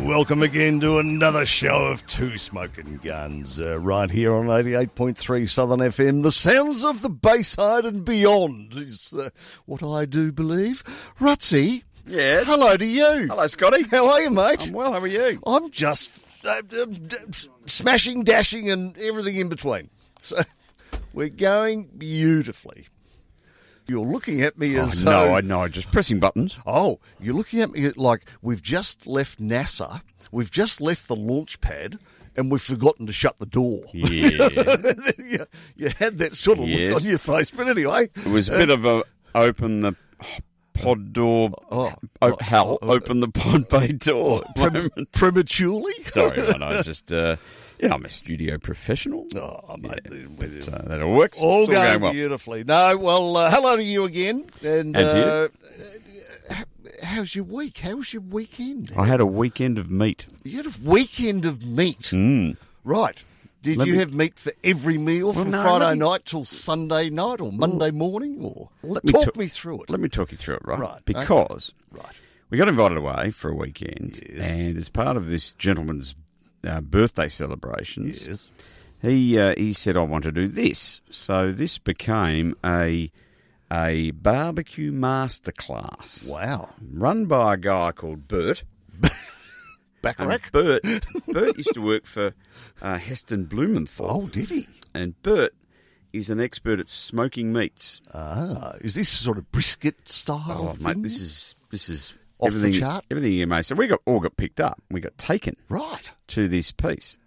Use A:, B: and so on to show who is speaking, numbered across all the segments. A: welcome again to another show of Two Smoking Guns, uh, right here on 88.3 Southern FM. The sounds of the Bayside and beyond is uh, what I do believe. Rutsy,
B: Yes.
A: hello to you.
B: Hello, Scotty.
A: How are you, mate?
B: I'm well. How are you?
A: I'm just uh, uh, d- smashing, dashing, and everything in between. So we're going beautifully. You're looking at me as though-
B: Oh, no, I know. Just pressing buttons.
A: Oh, you're looking at me like we've just left NASA, we've just left the launch pad, and we've forgotten to shut the door.
B: Yeah. it
A: you, you had that sort of look
B: Yes.
A: on your face, but anyway,
B: was a bit of a open the pod door.
A: Oh.
B: o- hell, open the pod bay door. moment.
A: prematurely.
B: Sorry, I know. Just uh, you know, I'm a studio professional.
A: Oh, mate,
B: So that all works.
A: all
B: it's all
A: going
B: going well.
A: beautifully. No, well, uh, hello to you again, and,
B: And to you.
A: uh, h- how's your week? How's your weekend?
B: I had a weekend of meat.
A: You had a weekend of meat, right? Did
B: Hmm. Let
A: you
B: me-
A: have meat for every meal from
B: no,
A: Friday
B: let me-
A: night till Sunday night or Monday morning, or
B: Let me
A: talk
B: ta-
A: me through it?
B: Let me talk you through it, right?
A: Right, okay.
B: Because
A: Right.
B: We got invited away for a weekend, and as part of this gentleman's uh, birthday celebrations,
A: Yes.
B: he uh, he said, "I want to do this." So this became a a barbecue masterclass
A: Wow.
B: run by a guy called Bert. And
A: Bacharach.
B: Bert Bert used to work for uh, Heston Blumenthal,
A: Oh, did he?
B: and Bert is an expert at smoking meats.
A: Ah, is this sort of brisket style?
B: Oh, mate,
A: thing?
B: this is this is
A: Off the
B: everything
A: chart.
B: everything you may. So we got all got picked up. We got taken.
A: right.
B: to this piece.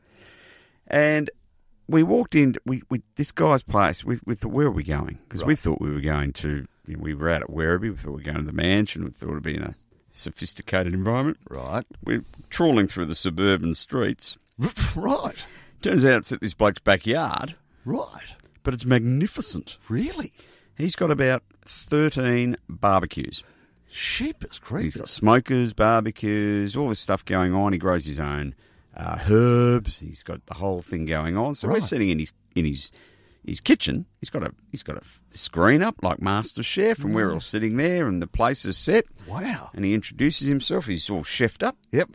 B: And we walked in. We, we this guy's place. We, we thought, where are we going? Because we thought we were going to. You know, we were out at Werribee. We thought we were going to the mansion. We thought it'd be in a sophisticated environment.
A: Right.
B: We're trawling through the suburban streets.
A: Right.
B: Turns out it's at this bloke's backyard,
A: Right.
B: but it's magnificent.
A: Really?
B: He's got about thirteen barbecues.
A: Sheep is
B: He's
A: crazy.
B: got smokers, barbecues, all this stuff going on. He grows his own uh, herbs. He's got the whole thing going on. So we're
A: Right.
B: sitting in his in his his kitchen. He's got a he's got a f- screen up like Master Chef, and we're all sitting there, and the place is set.
A: Wow.
B: And he introduces himself. He's all chefed up.
A: Yep.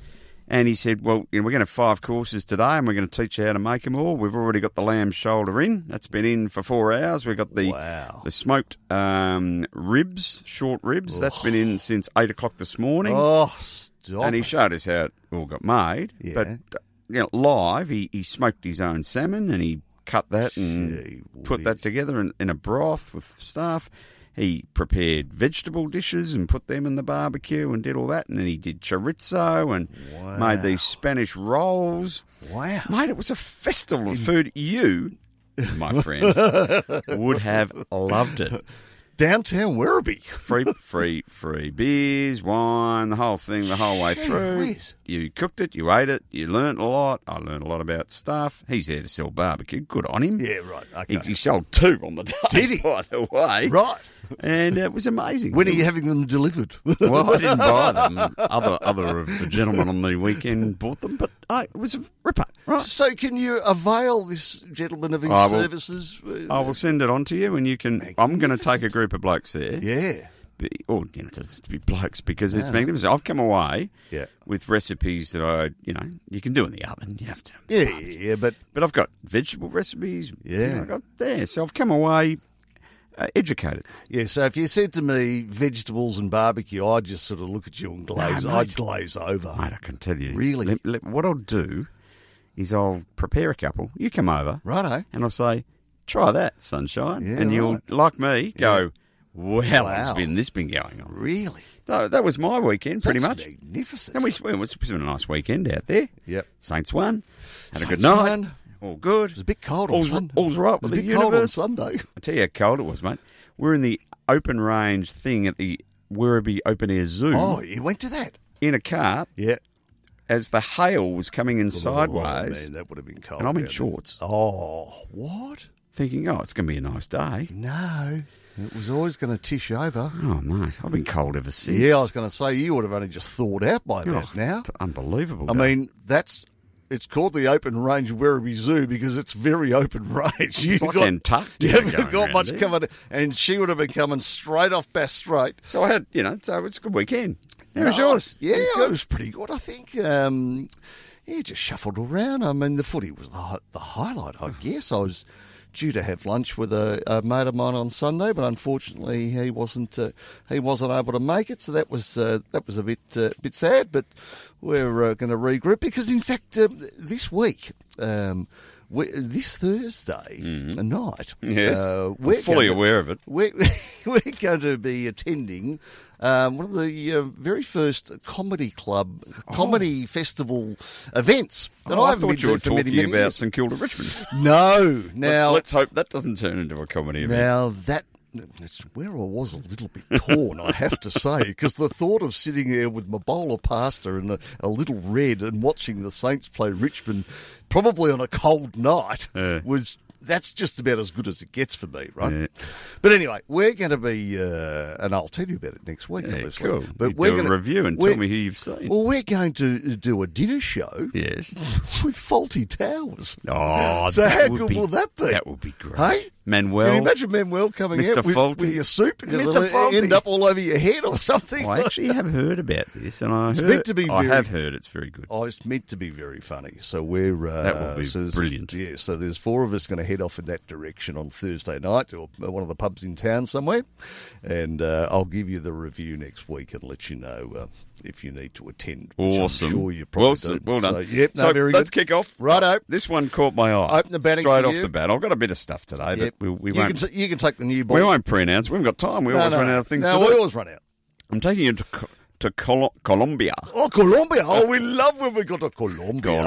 B: And he said, "Well, you know, we're going to have five courses today, and we're going to teach you how to make them all. We've already got the lamb shoulder in. That's been in for four hours. We've got the
A: Wow.
B: the smoked um, ribs, short ribs. That's been in since eight o'clock this morning.
A: Oh, stop.
B: and he
A: it.
B: showed us how it all got made.
A: Yeah.
B: But you know, live, he, he smoked his own salmon and he cut that and
A: Gee
B: put that together in, in a broth with stuff. He prepared vegetable dishes and put them in the barbecue and did all that. And then he did chorizo and made these Spanish rolls.
A: wow.
B: Mate, it was a festival of food. You, my friend, would have loved it.
A: Downtown Werribee.
B: Free, free, free beers, wine, the whole thing, the whole way
A: Gee
B: through.
A: whiz.
B: You cooked it, you ate it, you learnt a lot. I learnt a lot about stuff. He's there to sell barbecue. Good on him.
A: Yeah, right.
B: He,
A: Okay.
B: he sold two on the day,
A: Did he?
B: by the way.
A: Right.
B: And it was amazing.
A: When are you having them delivered?
B: well, I didn't buy them. Other other of the gentlemen on the weekend bought them, but I, it was a ripper. Right.
A: so, can you avail this gentleman of his
B: I will-
A: services? Uh,
B: I will send it on to you, and you can. I'm going to take a group of blokes there.
A: yeah.
B: be- or you know, it doesn't have to be blokes because it's magnificent. I've come away
A: Yeah.
B: with recipes that I, you know, you can do in the oven. You have to,
A: Yeah, yeah, yeah, but
B: but I've got vegetable recipes. you
A: Yeah.
B: know, I got there, so I've come away uh, educated.
A: yeah. So if you said to me vegetables and barbecue, I'd just sort of look at you and glaze.
B: mate.
A: I'd glaze over.
B: Mate, I can tell you,
A: Really?
B: let- let- what I'll do is I'll prepare a couple. You come over,
A: Righto.
B: and I'll say, "Try that, sunshine,"
A: Yeah,
B: and you'll, like me, go, "Wow,
A: Wow.
B: it's been this been going on."
A: Really?
B: So that was my weekend, pretty
A: That's
B: much.
A: magnificent.
B: And we spent, we spent a nice weekend out there.
A: Yep.
B: Saints won. Had a good
A: Saints
B: night.
A: won.
B: All good.
A: It was a bit cold on
B: all's,
A: Sunday.
B: all's right
A: It was
B: with
A: a
B: the
A: bit cold on
B: universe.
A: Sunday.
B: I tell you how cold it was, mate. We're in the open range thing at the Werribee Open Air Zoo
A: Oh, you went to that?
B: in a cart
A: Yeah.
B: as the hail was coming in
A: Oh,
B: sideways,
A: man, that would have been cold.
B: and I'm in
A: down
B: shorts,
A: there. Oh, what?
B: thinking, "Oh, it's going to be a nice day."
A: No, it was always going to tish over.
B: Oh, mate, I've been cold ever since.
A: Yeah, I was going to say you would have only just thawed out by
B: Oh,
A: that. Now,
B: it's unbelievable.
A: I
B: day.
A: mean, that's it's called the Open Range Werribee Zoo because it's very open range. You've
B: like
A: got
B: Antarctica
A: you haven't
B: going
A: got
B: round
A: much
B: there.
A: coming, and she would have been coming straight off Bass Strait.
B: so I had, you know, so it's a good weekend. How was yours?
A: Yeah, it was pretty good, I think. Um, yeah, just shuffled around. I mean, the footy was the, hi- the highlight, I guess. I was due to have lunch with a, a mate of mine on Sunday, but unfortunately he wasn't uh, he wasn't able to make it, so that was uh, that was a bit uh, bit sad. But we're uh, going to regroup because, in fact, uh, this week. Um, we, this Thursday night,
B: Mm-hmm. Yes.
A: uh,
B: I'm
A: we're
B: fully
A: gonna-
B: aware of it.
A: we're, we're going to be attending um, one of the uh, very first comedy club, comedy festival events that
B: Oh,
A: I
B: I,
A: haven't been
B: thought you
A: to
B: were
A: for many,
B: talking
A: many
B: about
A: years.
B: St Kilda Richmond.
A: No, now
B: let's, let's hope that doesn't turn into a comedy event.
A: now that that's where I was a little bit torn, I have to say, because the thought of sitting there with my bowl of pasta and a, a little red and watching the Saints play Richmond, probably on a cold night, was that's just about as good as it gets for me, right?
B: Yeah.
A: But anyway, we're going to be, uh, and I'll tell you about it next week,
B: Yeah,
A: obviously.
B: cool.
A: But
B: You
A: we're
B: do
A: gonna,
B: a review and
A: we're-
B: tell me who you've seen.
A: Well, we're going to do a dinner show
B: yes.
A: with Faulty Towers.
B: Oh,
A: So
B: that
A: how
B: would
A: good
B: be-
A: will that be?
B: That would be great.
A: Hey? Can you
B: Manuel.
A: imagine Manuel coming
B: Mr.
A: out with,
B: Faulty.
A: with your soup and
B: Mr.
A: it'll
B: Faulty.
A: end up all over your head or something?
B: I actually have heard about this, and I
A: It's
B: heard,
A: meant to be
B: I
A: very-
B: have heard it's very good.
A: Oh, it's meant to be very funny. So we're uh,
B: That will be
A: so there's-
B: brilliant.
A: Yeah. So there's four of us going to head off in that direction on Thursday night to a- one of the pubs in town somewhere, and uh, I'll give you the review next week and let you know uh, if you need to attend. which I'm
B: Awesome.
A: sure you probably
B: well,
A: do.
B: well done.
A: So, yep. No,
B: So
A: very
B: let's
A: good.
B: kick off.
A: Righto.
B: This one caught my eye.
A: Open the batting
B: Straight
A: for
B: off
A: you.
B: the bat. I've got a bit of stuff today,
A: Yep.
B: but we, we
A: you,
B: won't.
A: can, t- you can take the new ball.
B: we won't pre-announce. We haven't got time. We
A: No,
B: always
A: no.
B: run out of things
A: No,
B: to
A: we
B: do.
A: always run out.
B: I'm taking you to, Co- to Col- Colombia.
A: Oh, Colombia! Oh, we love when we go to Colombia.
B: Uh,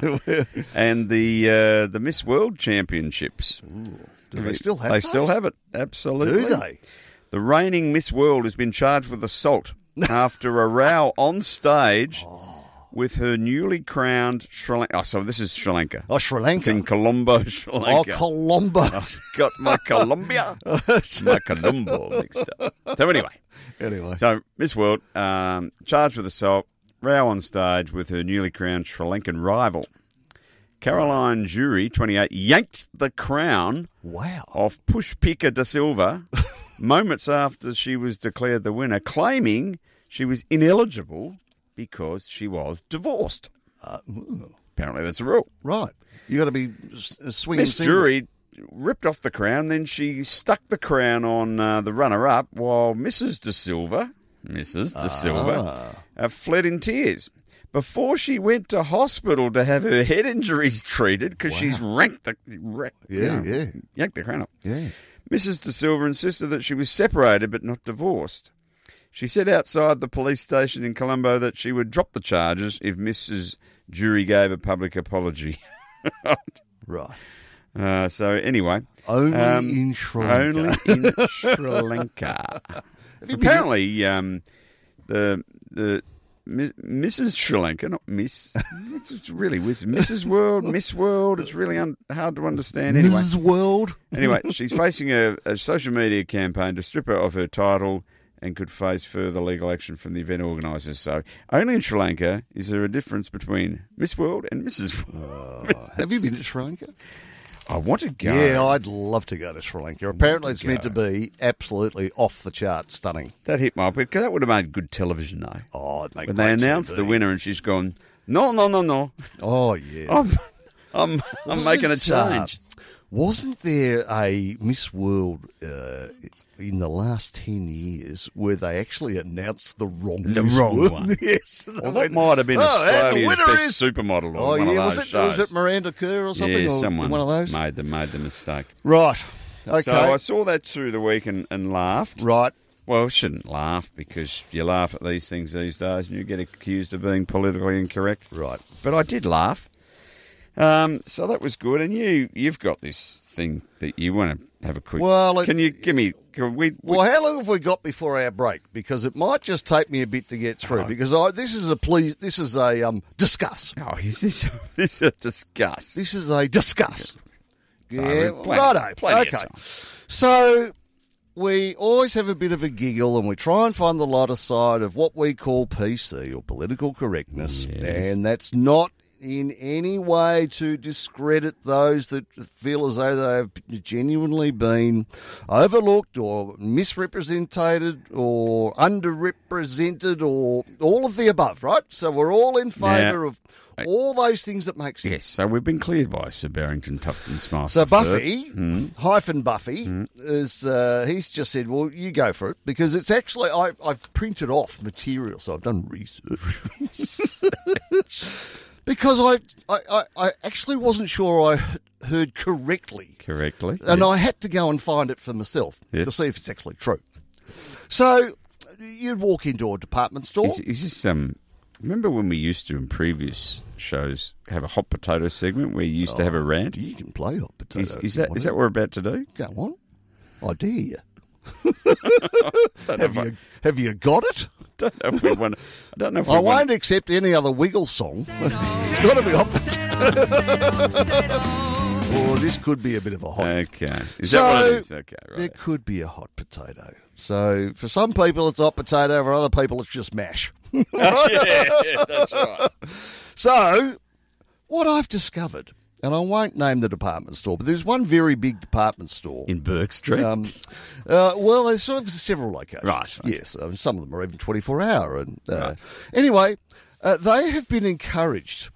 B: Colombia. and the uh, the Miss World Championships.
A: Do they still have
B: They
A: those?
B: still have it. Absolutely.
A: Do they?
B: The reigning Miss World has been charged with assault after a row on stage with her newly crowned Sri Lanka. Oh, so this is Sri Lanka.
A: Oh, Sri
B: It's
A: Lanka.
B: in Colombo, Sri
A: Oh,
B: Lanka.
A: Colombo.
B: uh, Got my Colombia, my Colombo mixed up. So anyway,
A: anyway.
B: so Miss World um, charged with assault, row on stage with her newly crowned Sri Lankan rival. Caroline Jury, 28, yanked the crown
A: Wow.
B: of Pushpika da Silva moments after she was declared the winner, claiming she was ineligible because she was divorced.
A: Uh, ooh,
B: Apparently, that's a rule.
A: right. you got to be s- uh, swinging.
B: Miss Jury ripped off the crown, then she stuck the crown on uh, the runner up while Mrs. De Silva, Mrs. De Silva,
A: Ah.
B: uh, fled in tears. Before she went to hospital to have her head injuries treated because she's ranked the, wreck-
A: Yeah,
B: you know,
A: yeah.
B: yanked the crown up.
A: Yeah.
B: Mrs. De Silva insisted that she was separated but not divorced. She said outside the police station in Colombo that she would drop the charges if Mrs. Jury gave a public apology.
A: Right.
B: Uh, so, anyway,
A: Only
B: Um,
A: in Sri Lanka.
B: only in Sri Lanka. Apparently, um, the the Mi- Mrs. Sri Lanka, not Miss. It's it's really weird. Mrs. World, Miss World. It's really un- hard to understand. Anyway,
A: Mrs. World.
B: Anyway, she's facing a, a social media campaign to strip her of her title and could face further legal action from the event organisers. So, only in Sri Lanka is there a difference between Miss World and Mrs. World.
A: Oh, Have you been to Sri Lanka?
B: I want to go.
A: Yeah, I'd love to go to Sri Lanka. Apparently, it's meant to be absolutely off the chart, stunning.
B: That hit my because that would have made good television though.
A: Oh, it
B: When they announced the winner and she's gone, no, no, no, no.
A: Oh, yeah.
B: I'm, I'm, I'm making a
A: Wasn't, uh,
B: change.
A: wasn't there a Miss World uh, in the last 10 years where they actually announced the wrong
B: The
A: Miss
B: wrong
A: World?
B: one.
A: yes. They
B: Well, that
A: went,
B: might have been
A: "Oh, and the
B: Australia's
A: winner
B: best
A: is-"
B: supermodel or
A: Oh,
B: one
A: yeah.
B: of
A: Was
B: those
A: it,
B: shows.
A: was it Miranda Kerr or something?
B: yeah,
A: or
B: someone
A: One of those?
B: made the made the mistake.
A: Right. Okay.
B: So I saw that through the week and, and laughed.
A: right.
B: Well, I shouldn't laugh because you laugh at these things these days and you get accused of being politically incorrect.
A: Right.
B: But I did laugh. Um, so that was good. And you, you've got this thing that you want to have a quick.
A: Well, it-
B: can you give me? Can we? we-
A: Well, how long have we got before our break? Because it might just take me a bit to get through. Because I, this is a please. This is a um, discuss.
B: oh, is this this is a disgust?
A: This is a discuss. Yeah,
B: we've plenty-
A: righto.
B: plenty of
A: okay.
B: time.
A: So we always have a bit of a giggle and we try and find the lighter side of what we call PC or political correctness. And that's not in any way to discredit those that feel as though they have genuinely been overlooked or misrepresented or underrepresented or all of the above, right? So we're all in favour of all those things that make sense.
B: Yes, so we've been cleared by Sir Barrington Tufton Smith.
A: So Buffy
B: Hmm.
A: hyphen Buffy is uh, he's just said, "Well, you go for it," because it's actually I, I've printed off material, so I've done research. because I, I I I actually wasn't sure I heard correctly,
B: correctly.
A: and I had to go and find it for myself
B: Yes.
A: to see if it's actually true. So you'd walk into a department store.
B: Is, is this um? Remember when we used to in previous shows have a hot potato segment where you used to have a rant?
A: you can play hot potato.
B: Is,
A: if
B: is
A: Oh, you
B: that
A: want
B: is
A: to.
B: that what we're about to do?
A: Go on. I dare you. have you have you got it?
B: Don't know if we want. I don't know if we
A: Oh, I
B: want.
A: won't accept any other Wiggle song. it's got to be opposite. or this could be a bit of a hot.
B: Okay, is
A: So,
B: that what it is? Okay,
A: There
B: right.
A: could be a hot potato. So for some people it's hot potato, for other people it's just mash. So what I've discovered, and I won't name the department store, but there's one very big department store.
B: In Burke Street.
A: Um, uh, well, there's sort of several locations.
B: Right, right.
A: Yes, um, some of them are even 24 hour. And uh, anyway, uh, they have been encouraged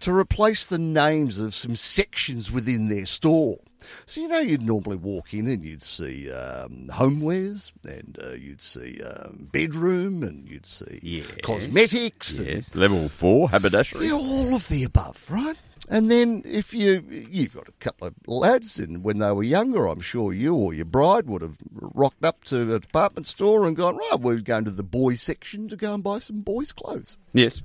A: to replace the names of some sections within their store. So you know, you'd normally walk in and you'd see um, homewares, and uh, you'd see um, bedroom, and you'd see
B: Yes.
A: cosmetics, and
B: yes, level four haberdashery.
A: yeah, all of the above, right? And then if you you've got a couple of lads, and when they were younger, I'm sure you or your bride would have rocked up to a department store and gone, right, we're going to the boys section to go and buy some boys' clothes.
B: Yes,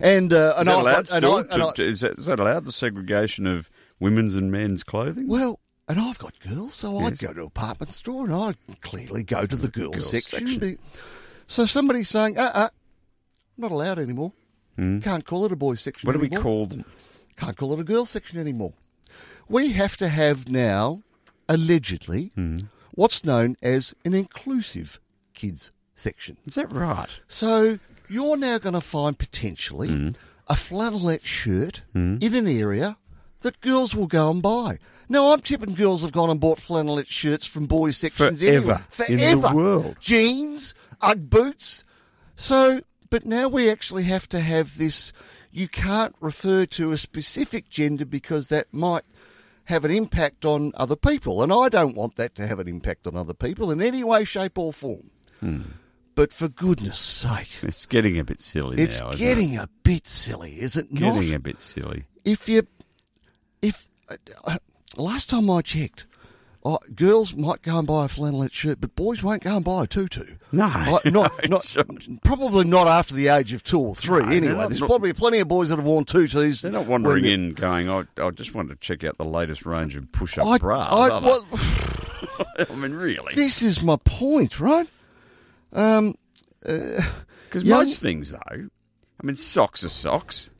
A: And uh,
B: is
A: and,
B: that
A: I,
B: allowed?
A: and, I,
B: Still?
A: and
B: To-
A: I-
B: to- is, that, is that allowed? The segregation of women's and men's clothing.
A: well, and I've got girls, so I'd go to a department store and I'd clearly go to the girls,
B: girls
A: section.
B: section.
A: Be- So somebody's saying, uh, uh not allowed anymore. Can't call it a boys section.
B: Hmm. What do we
A: anymore.
B: call them?
A: can't call it a girls section anymore. We have to have now, allegedly, what's known as an inclusive kids section.
B: Is that right?
A: So you're now going to find potentially
B: Mm.
A: a flannelette shirt in an area that girls will go and buy. Now I'm tipping girls have gone and bought flannelette shirts from boys sections anyway.
B: Forever in the world.
A: jeans, UGG boots. So, but now we actually have to have this. You can't refer to a specific gender because that might have an impact on other people, and I don't want that to have an impact on other people in any way, shape, or form. But for goodness' sake.
B: It's getting a bit silly
A: It's
B: now. isn't it?
A: getting a bit silly, is it not?
B: getting a bit silly.
A: If you, if uh, uh, last time I checked, uh, girls might go and buy a flannelette shirt, but boys won't go and buy a tutu.
B: No,
A: Uh, not,
B: no,
A: not
B: John.
A: probably not after the age of two or three.
B: No, they're
A: anyway,
B: not-
A: there's probably plenty of boys that have worn tutus.
B: They're not wandering
A: when
B: in going, I, I just want to check out the latest range of push
A: they-
B: up
A: I,
B: bras.
A: I-
B: are they?
A: well,
B: I mean, really?
A: this is my point, right?
B: Because
A: young-
B: most things, though, I mean, socks are socks.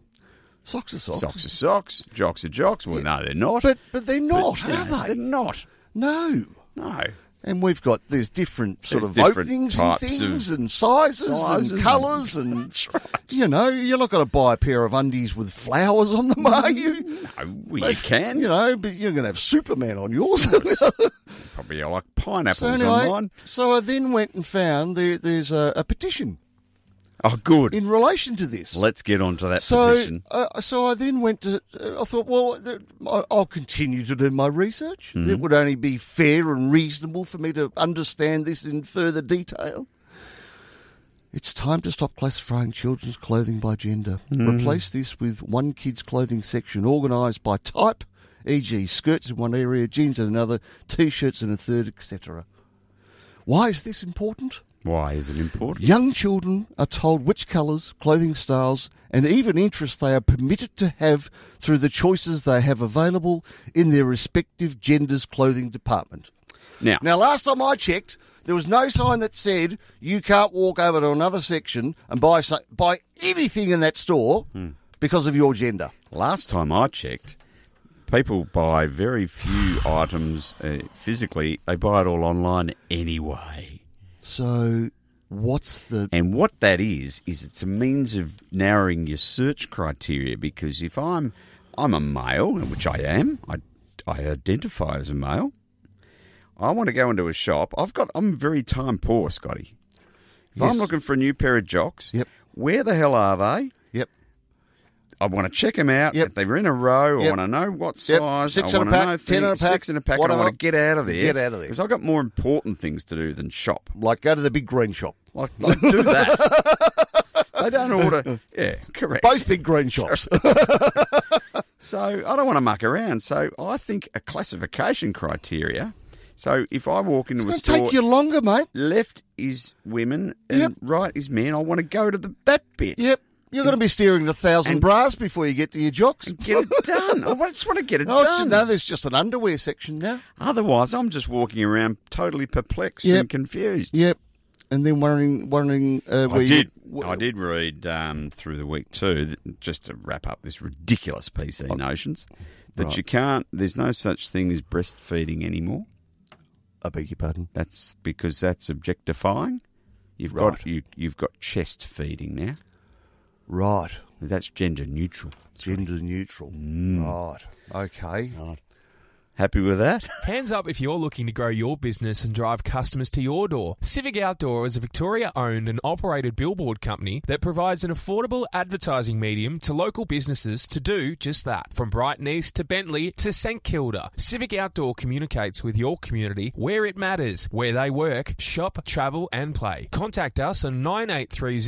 A: Socks are socks,
B: Socks are socks. Jocks are jocks. Well, no, they're not.
A: but but they're not,
B: You know,
A: are
B: They're
A: they?
B: not.
A: No.
B: No.
A: And we've got there's different sort
B: There's
A: of
B: different
A: openings and
B: types
A: things and sizes,
B: sizes
A: and
B: and-
A: colours and, you know you're not going to buy a pair of undies with flowers on them, are you?
B: No, well, you can.
A: You know, but you're going to have Superman on yours.
B: Probably I like pineapples
A: so anyway,
B: online.
A: so I then went and found there, there's a, a petition
B: Oh, good.
A: in relation to this.
B: Let's get on to that
A: So,
B: petition.
A: uh, so I then went to. Uh, I thought, well, th- I- I'll continue to do my research. It would only be fair and reasonable for me to understand this in further detail. It's time to stop classifying children's clothing by gender. Replace this with one kid's clothing section organised by type, e.g., skirts in one area, jeans in another, t-shirts in a third, etc. Why is this important?
B: Why is it important?
A: Young children are told which colours, clothing styles, and even interests they are permitted to have through the choices they have available in their respective gender's clothing department.
B: Now,
A: Now, last time I checked, there was no sign that said you can't walk over to another section and buy so- buy anything in that store because of your gender.
B: Last time I checked, people buy very few items uh, physically. They buy it all online anyway.
A: So What's the
B: And what that is is it's a means of narrowing your search criteria because if I'm I'm a male, which I am, I, I identify as a male. I want to go into a shop. I've got I'm very time poor, Scotty. If
A: Yes.
B: I'm looking for a new pair of jocks,
A: Yep.
B: where the hell are they?
A: yep?
B: I want to check them out.
A: Yep.
B: If they're in a row,
A: Yep.
B: I want to know what
A: Yep.
B: size.
A: Six
B: I
A: in a
B: want
A: pack,
B: to know
A: ten in a
B: things-
A: pack,
B: six in a pack. I
A: whatever.
B: want to get out of there.
A: Get out of there.
B: because I've got more important things to do than shop.
A: Like go to the big green shop.
B: Like, like do that. they don't order. Yeah, correct.
A: Both big green shops.
B: So I don't want to muck around. So I think a classification criteria. So if I walk into a
A: It'll
B: store,
A: take you longer, mate.
B: left is women and
A: Yep.
B: right is men. I want to go to the, that bit.
A: Yep. You're going to be steering a thousand bras before you get to your jocks.
B: Get it done. I just want to get it
A: Oh, so
B: done.
A: now there's just an underwear section now.
B: Otherwise, I'm just walking around totally perplexed
A: Yep.
B: and confused.
A: Yep. And then wondering, wondering uh, where
B: I did.
A: you.
B: I did read um, through the week too, th- just to wrap up this ridiculous PC notions that you can't. There's no such thing as breastfeeding anymore.
A: I beg your pardon.
B: That's because that's objectifying. You've
A: Right.
B: got you, you've got chest feeding now.
A: Right.
B: That's gender neutral.
A: Gender neutral.
B: Mm.
A: Right. Okay.
B: Happy with that?
C: Hands up if you're looking to grow your business and drive customers to your door. Civic Outdoor is a Victoria owned and operated billboard company that provides an affordable advertising medium to local businesses to do just that. From Brighton East to Bentley to St Kilda, Civic Outdoor communicates with your community where it matters, where they work, shop, travel, and play. Contact us on 9830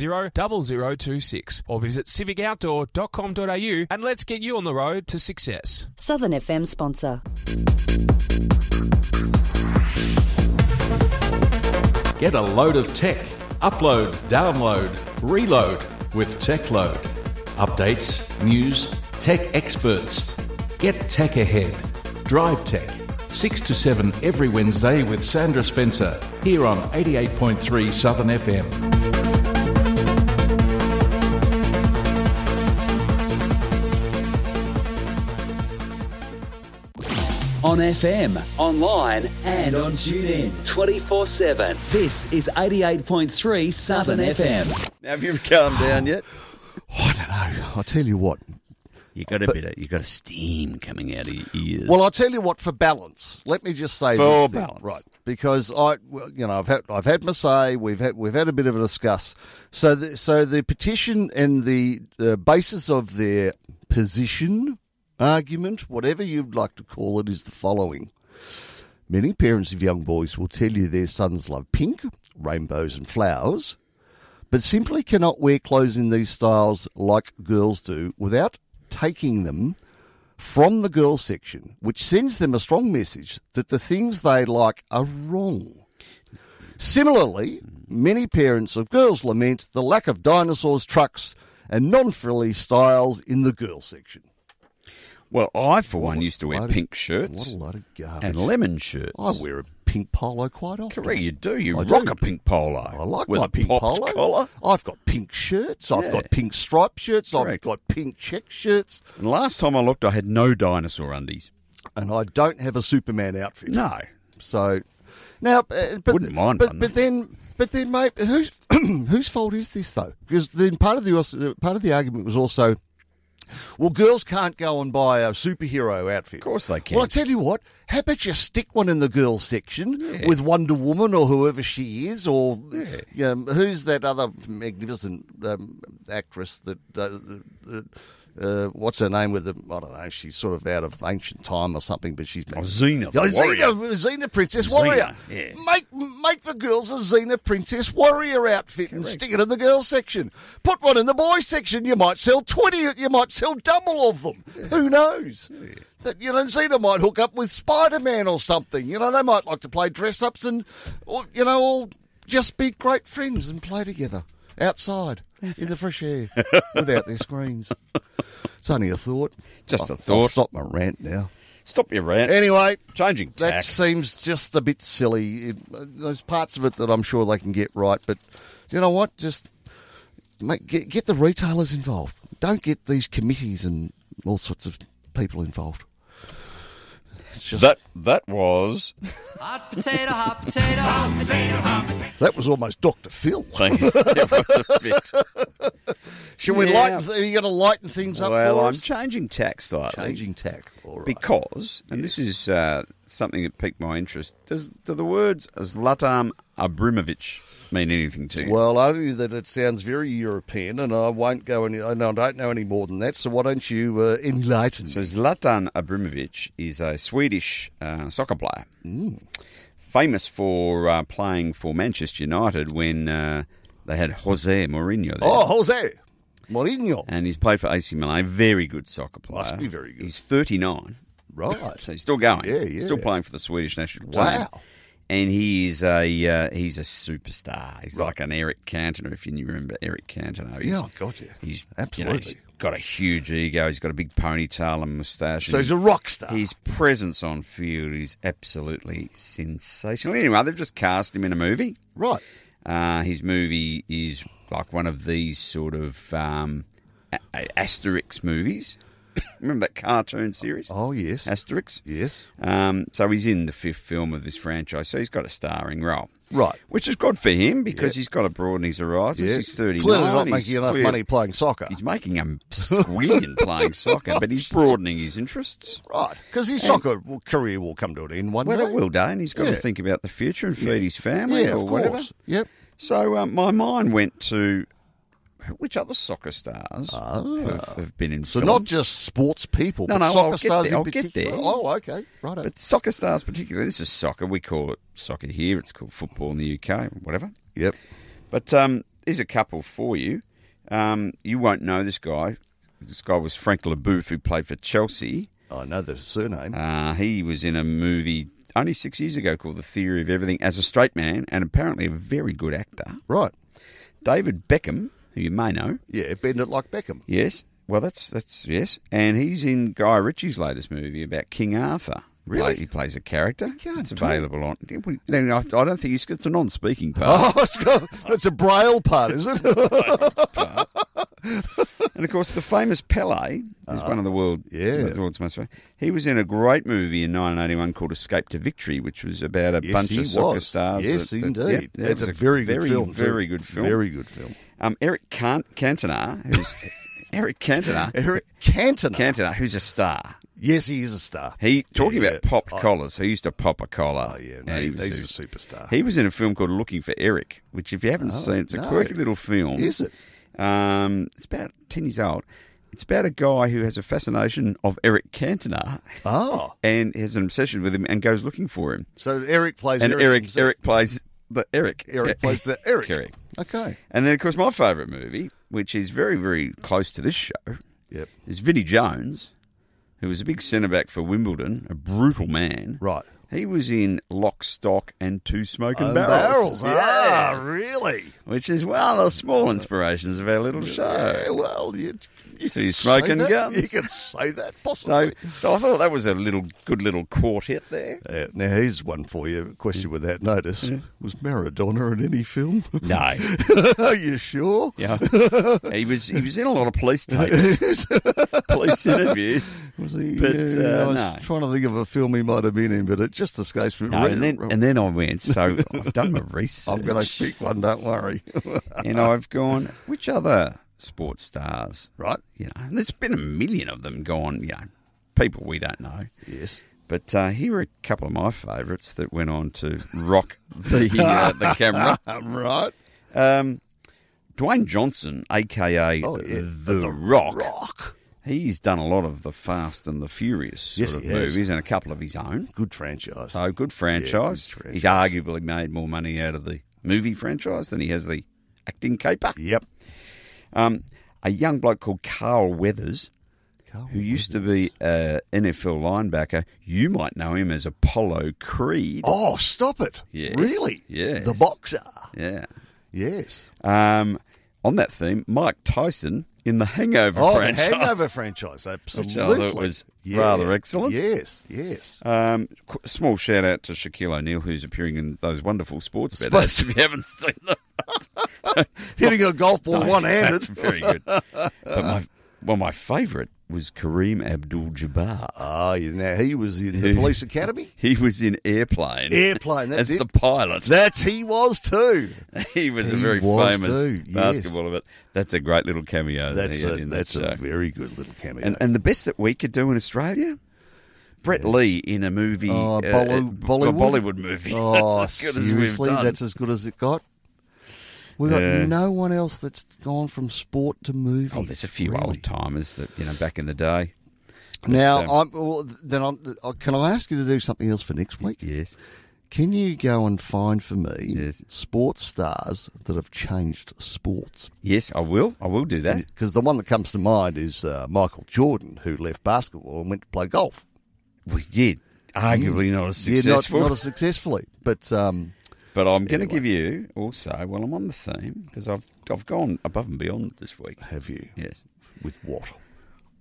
C: 0026 or visit civicoutdoor.com.au and let's get you on the road to success.
D: Southern FM sponsor.
E: Get a load of tech. Upload, download, reload with TechLoad. Updates, news, tech experts. Get tech ahead. Drive Tech. 6 to 7 every Wednesday with Sandra Spencer here on 88.3 Southern FM.
F: On FM, online, and on TuneIn 24 7. This is 88.3 Southern FM.
B: Have you calmed down yet?
A: I don't know. I'll tell you what.
B: You got a bit of you got a steam coming out of your ears.
A: Well, I'll tell you what. For balance, let me just say
B: For
A: this thing,
B: balance.
A: right? Because I, well, you know, I've had I've had my say. We've had we've had a bit of a discuss. So, the, so the petition and the uh, basis of their position, argument, whatever you'd like to call it, is the following. Many parents of young boys will tell you their sons love pink, rainbows, and flowers, but simply cannot wear clothes in these styles like girls do without taking them from the girls section, which sends them a strong message that the things they like are wrong. Similarly, many parents of girls lament the lack of dinosaurs, trucks, and non frilly styles in the girls section.
B: well, I for one
A: What a
B: used to wear
A: load of-
B: pink
A: What
B: shirts
A: a load of garbage.
B: and lemon shirts.
A: I wear a pink polo quite often.
B: Correct, you do. You
A: I
B: rock
A: do.
B: a pink polo.
A: I like
B: with
A: my
B: a
A: pink
B: popped
A: polo.
B: collar.
A: I've got pink shirts. I've
B: Yeah.
A: got pink striped shirts. I've
B: Correct.
A: got pink check shirts,
B: And last time I looked, I had no dinosaur undies.
A: and I don't have a Superman outfit.
B: No,
A: So now, uh, but
B: Wouldn't mind
A: but,
B: one,
A: but then, but then, mate, whose whose fault is this though? Because then part of the part of the argument was also, well, girls can't go and buy a superhero outfit.
B: of course they can.
A: Well, I tell you what, how about you stick one in the girls section with Wonder Woman or whoever she is, or you know, who's that other magnificent um, actress that. Uh, uh, uh, what's her name? With the I don't know. She's sort of out of ancient time or something, but she's
B: Oh, Xena, the
A: yeah, Xena,
B: warrior.
A: Xena Princess
B: Xena,
A: Warrior.
B: yeah.
A: Make make the girls a Xena Princess Warrior outfit and stick it in the girls section. Put one in the boys section. You might sell twenty. You might sell double of them. Who knows? That you know, Xena might hook up with Spider Man or something. You know, they might like to play dress ups and, or, you know, all just be great friends and play together outside in the fresh air without their screens. It's only a thought.
B: Just a
A: I'll- I'll
B: thought.
A: stop my rant now.
B: Stop your rant.
A: Anyway,
B: Changing
A: that
B: tack.
A: seems just a bit silly. It, there's parts of it that I'm sure they can get right, but you know what? Just make, get, get the retailers involved. Don't get these committees and all sorts of people involved.
B: That that was
D: Hot potato, hot potato, hot potato, hot potato.
A: That was almost Dr. Phil.
B: Thank you. It was a bit.
A: Should we
B: Yeah.
A: lighten? Th- are you going to lighten things up
B: Well,
A: for
B: I'm
A: us?
B: changing tack slightly
A: Changing tack. All right.
B: because, and this is uh, something that piqued my interest. Does do the words Zlatan Abramovich mean anything to you?
A: Well, only that it sounds very European, and I won't go any. I know- I don't know any more than that. So why don't you uh, enlighten me?
B: So Zlatan Abramovich is a Swedish uh, soccer player, Mm. famous for uh, playing for Manchester United when uh, they had Jose Mourinho there.
A: Oh, Jose Mourinho.
B: And he's played for AC Milan. Very good soccer player.
A: Must be very good.
B: He's 39,
A: Right.
B: so he's still going.
A: Yeah, yeah.
B: Still playing for the Swedish national team.
A: Wow.
B: And he is a uh, he's a superstar. He's like an Eric Cantona, if you remember Eric Cantona. He's,
A: Yeah, I got you.
B: he's you know,
A: Absolutely.
B: he's got a huge ego. He's got a big ponytail and moustache.
A: so
B: and
A: he's a rock star.
B: his presence on field is absolutely sensational. Anyway, they've just cast him in a movie.
A: right.
B: Uh, his movie is like one of these sort of um, a- a- Asterix movies. Remember that cartoon series?
A: Oh yes.
B: Asterix?
A: yes.
B: Um, so he's in the fifth film of this franchise, so he's got a starring role.
A: Right.
B: Which is good for him because he's got to broaden his horizons.
A: Yes.
B: He's 39.
A: Clearly not
B: he's
A: making enough
B: clear-
A: money playing soccer.
B: He's making a squillion playing soccer, but he's broadening his interests.
A: Right. Because his soccer w- career will come to an end one
B: Well,
A: day.
B: it will, Dane. He's got
A: Yeah.
B: to think about the future and feed his family
A: Yeah,
B: or
A: of
B: whatever.
A: course. Yep.
B: So um, my mind went to which other soccer stars have, have been in
A: Ah. So
B: films?
A: not just sports people,
B: No,
A: but
B: no,
A: soccer
B: I'll get
A: stars
B: there,
A: in
B: I'll get
A: particular.
B: there.
A: Oh, okay. Right.
B: but soccer stars particularly. This is soccer. We call it soccer here. It's called football in the UK, whatever.
A: Yep.
B: But um, here's a couple for you. Um, you won't know this guy. This guy was Frank LeBouf, who played for Chelsea.
A: I know the surname.
B: Uh, he was in a movie only six years ago called The Theory of Everything as a straight man, and apparently a very good actor.
A: right.
B: David Beckham, who you may know.
A: Yeah. Bend it like Beckham.
B: Yes. Well, that's that's yes, and he's in Guy Ritchie's latest movie about King Arthur.
A: Really?
B: Play- he plays a character.
A: can't
B: it's
A: talk.
B: available on. yeah, we- Then I, I don't think he's, it's a non-speaking part.
A: Oh, it's, got, it's a braille part, is it?
B: And of course, the famous Pele is one of the world
A: Uh, yeah.
B: the world's most. famous. He was in a great movie in 1981 called Escape to Victory, which was about a bunch of soccer stars.
A: Yes,
B: that- that-
A: indeed.
B: yeah, yeah, it
A: it's
B: was
A: a very good
B: very,
A: film. too.
B: Very good film.
A: Very good film.
B: Um, Eric Can- Cantona, who's Eric Cantona,
A: Eric Cantona.
B: Cantona, who's a star.
A: yes, he is a star.
B: He talking
A: Yeah,
B: about popped collars. He used to pop a collar.
A: Oh, yeah, no,
B: and
A: he-
B: was
A: he's a superstar. Oh,
B: He was in a film called Looking for Eric, which if you haven't seen, it's a
A: no.
B: quirky little film.
A: Is it?
B: Um, it's about ten years old. It's about a guy who has a fascination of Eric Cantona
A: Oh,
B: and has an obsession with him and goes looking for him.
A: so Eric plays
B: And
A: Eric.
B: Eric Eric,
A: himself.
B: plays the Eric.
A: Eric plays the Eric.
B: Eric.
A: Okay.
B: And then of course my favourite movie, which is very very close to this show,
A: Yep.
B: is Vinnie Jones, who was a big centre back for Wimbledon, a brutal man.
A: Right.
B: He was in Lock, Stock, and Two Smoking
A: And Oh, barrels.
B: Barrels. Yes.
A: Ah, really?
B: Which is one of the small inspirations of our little
A: Yeah,
B: show.
A: well, you, you
B: So
A: could
B: he's
A: say
B: smoking
A: that.
B: guns.
A: You can say that
B: So,
A: possibly.
B: so I thought that was a little good little quartet there.
A: Uh, now here's one for you. A question without notice: Was Maradona in any film?
B: No,
A: Are you sure?
B: yeah, he was he was in a lot of police tapes, police interviews.
A: Was he?
B: But,
A: yeah,
B: uh,
A: I was
B: no.
A: trying to think of a film he might have been in, but it just escapes me.
B: No,
A: Re-
B: and then and then I went. So I've done my research.
A: I'm going to pick one. Don't worry.
B: and I've gone. Which other sports stars?
A: right?
B: You know, and there's been a million of them gone. You know, people we don't know.
A: Yes.
B: But uh, here are a couple of my favourites that went on to rock the uh, the camera.
A: I'm right.
B: Um, Dwayne Johnson, aka
A: Oh, yeah.
B: the, Rock,
A: Rock.
B: he's done a lot of the Fast and the Furious sort
A: Yes,
B: of
A: he has.
B: movies and a couple of his own.
A: Good franchise.
B: So good franchise.
A: good
B: He's
A: franchise.
B: arguably made more money out of the movie franchise than he has the acting caper.
A: Yep.
B: Um, a young bloke called Carl Weathers, who used to be an NFL linebacker. You might know him as Apollo Creed.
A: Oh, stop it!
B: Yes.
A: Really?
B: Yes.
A: The boxer.
B: Yeah.
A: Yes.
B: Um, on that theme, Mike Tyson in the Hangover
A: oh,
B: franchise.
A: the Hangover franchise. Absolutely.
B: was rather excellent.
A: Yes. Yes.
B: Um, qu- small shout out to Shaquille O'Neal, who's appearing in those wonderful sports bets. If you haven't seen them,
A: Hitting a golf ball one-handed.
B: that's very good. But my, well, my favourite was Kareem Abdul-Jabbar.
A: Ah, you now he was in the police academy.
B: He was in Airplane.
A: Airplane, that's
B: as
A: it.
B: the pilot.
A: That's he was too.
B: he was a
A: He
B: very
A: was
B: famous
A: too, yes.
B: basketballer. But that's a great little cameo. that
A: That's
B: he had
A: a
B: in
A: that's
B: that
A: a
B: show.
A: very good little cameo.
B: and, and the best that we could do in Australia, Brett Lee in a movie,
A: Oh,
B: uh,
A: Bolly-
B: uh,
A: Bollywood?
B: well, Bollywood movie.
A: oh,
B: that's as good as we've
A: seriously,
B: done.
A: that's as good as it got. We've got
B: Yeah.
A: no one else that's gone from sport to movies.
B: oh, there's a few
A: really.
B: old timers that you know back in the day.
A: Now,
B: um,
A: I'm, well, then I'm, uh, can I ask you to do something else for next week?
B: Yes,
A: Can you go and find for me
B: Yes.
A: sports stars that have changed sports?
B: yes, I will. I will do that.
A: Because the one that comes to mind is uh, Michael Jordan, who left basketball and went to play golf.
B: We did. Arguably not as
A: Yeah, not,
B: successful,
A: not as successfully, but um,
B: but I'm going to give you also. Well, I'm on the theme because I've I've gone above and beyond this week.
A: have you
B: Yes,
A: with what?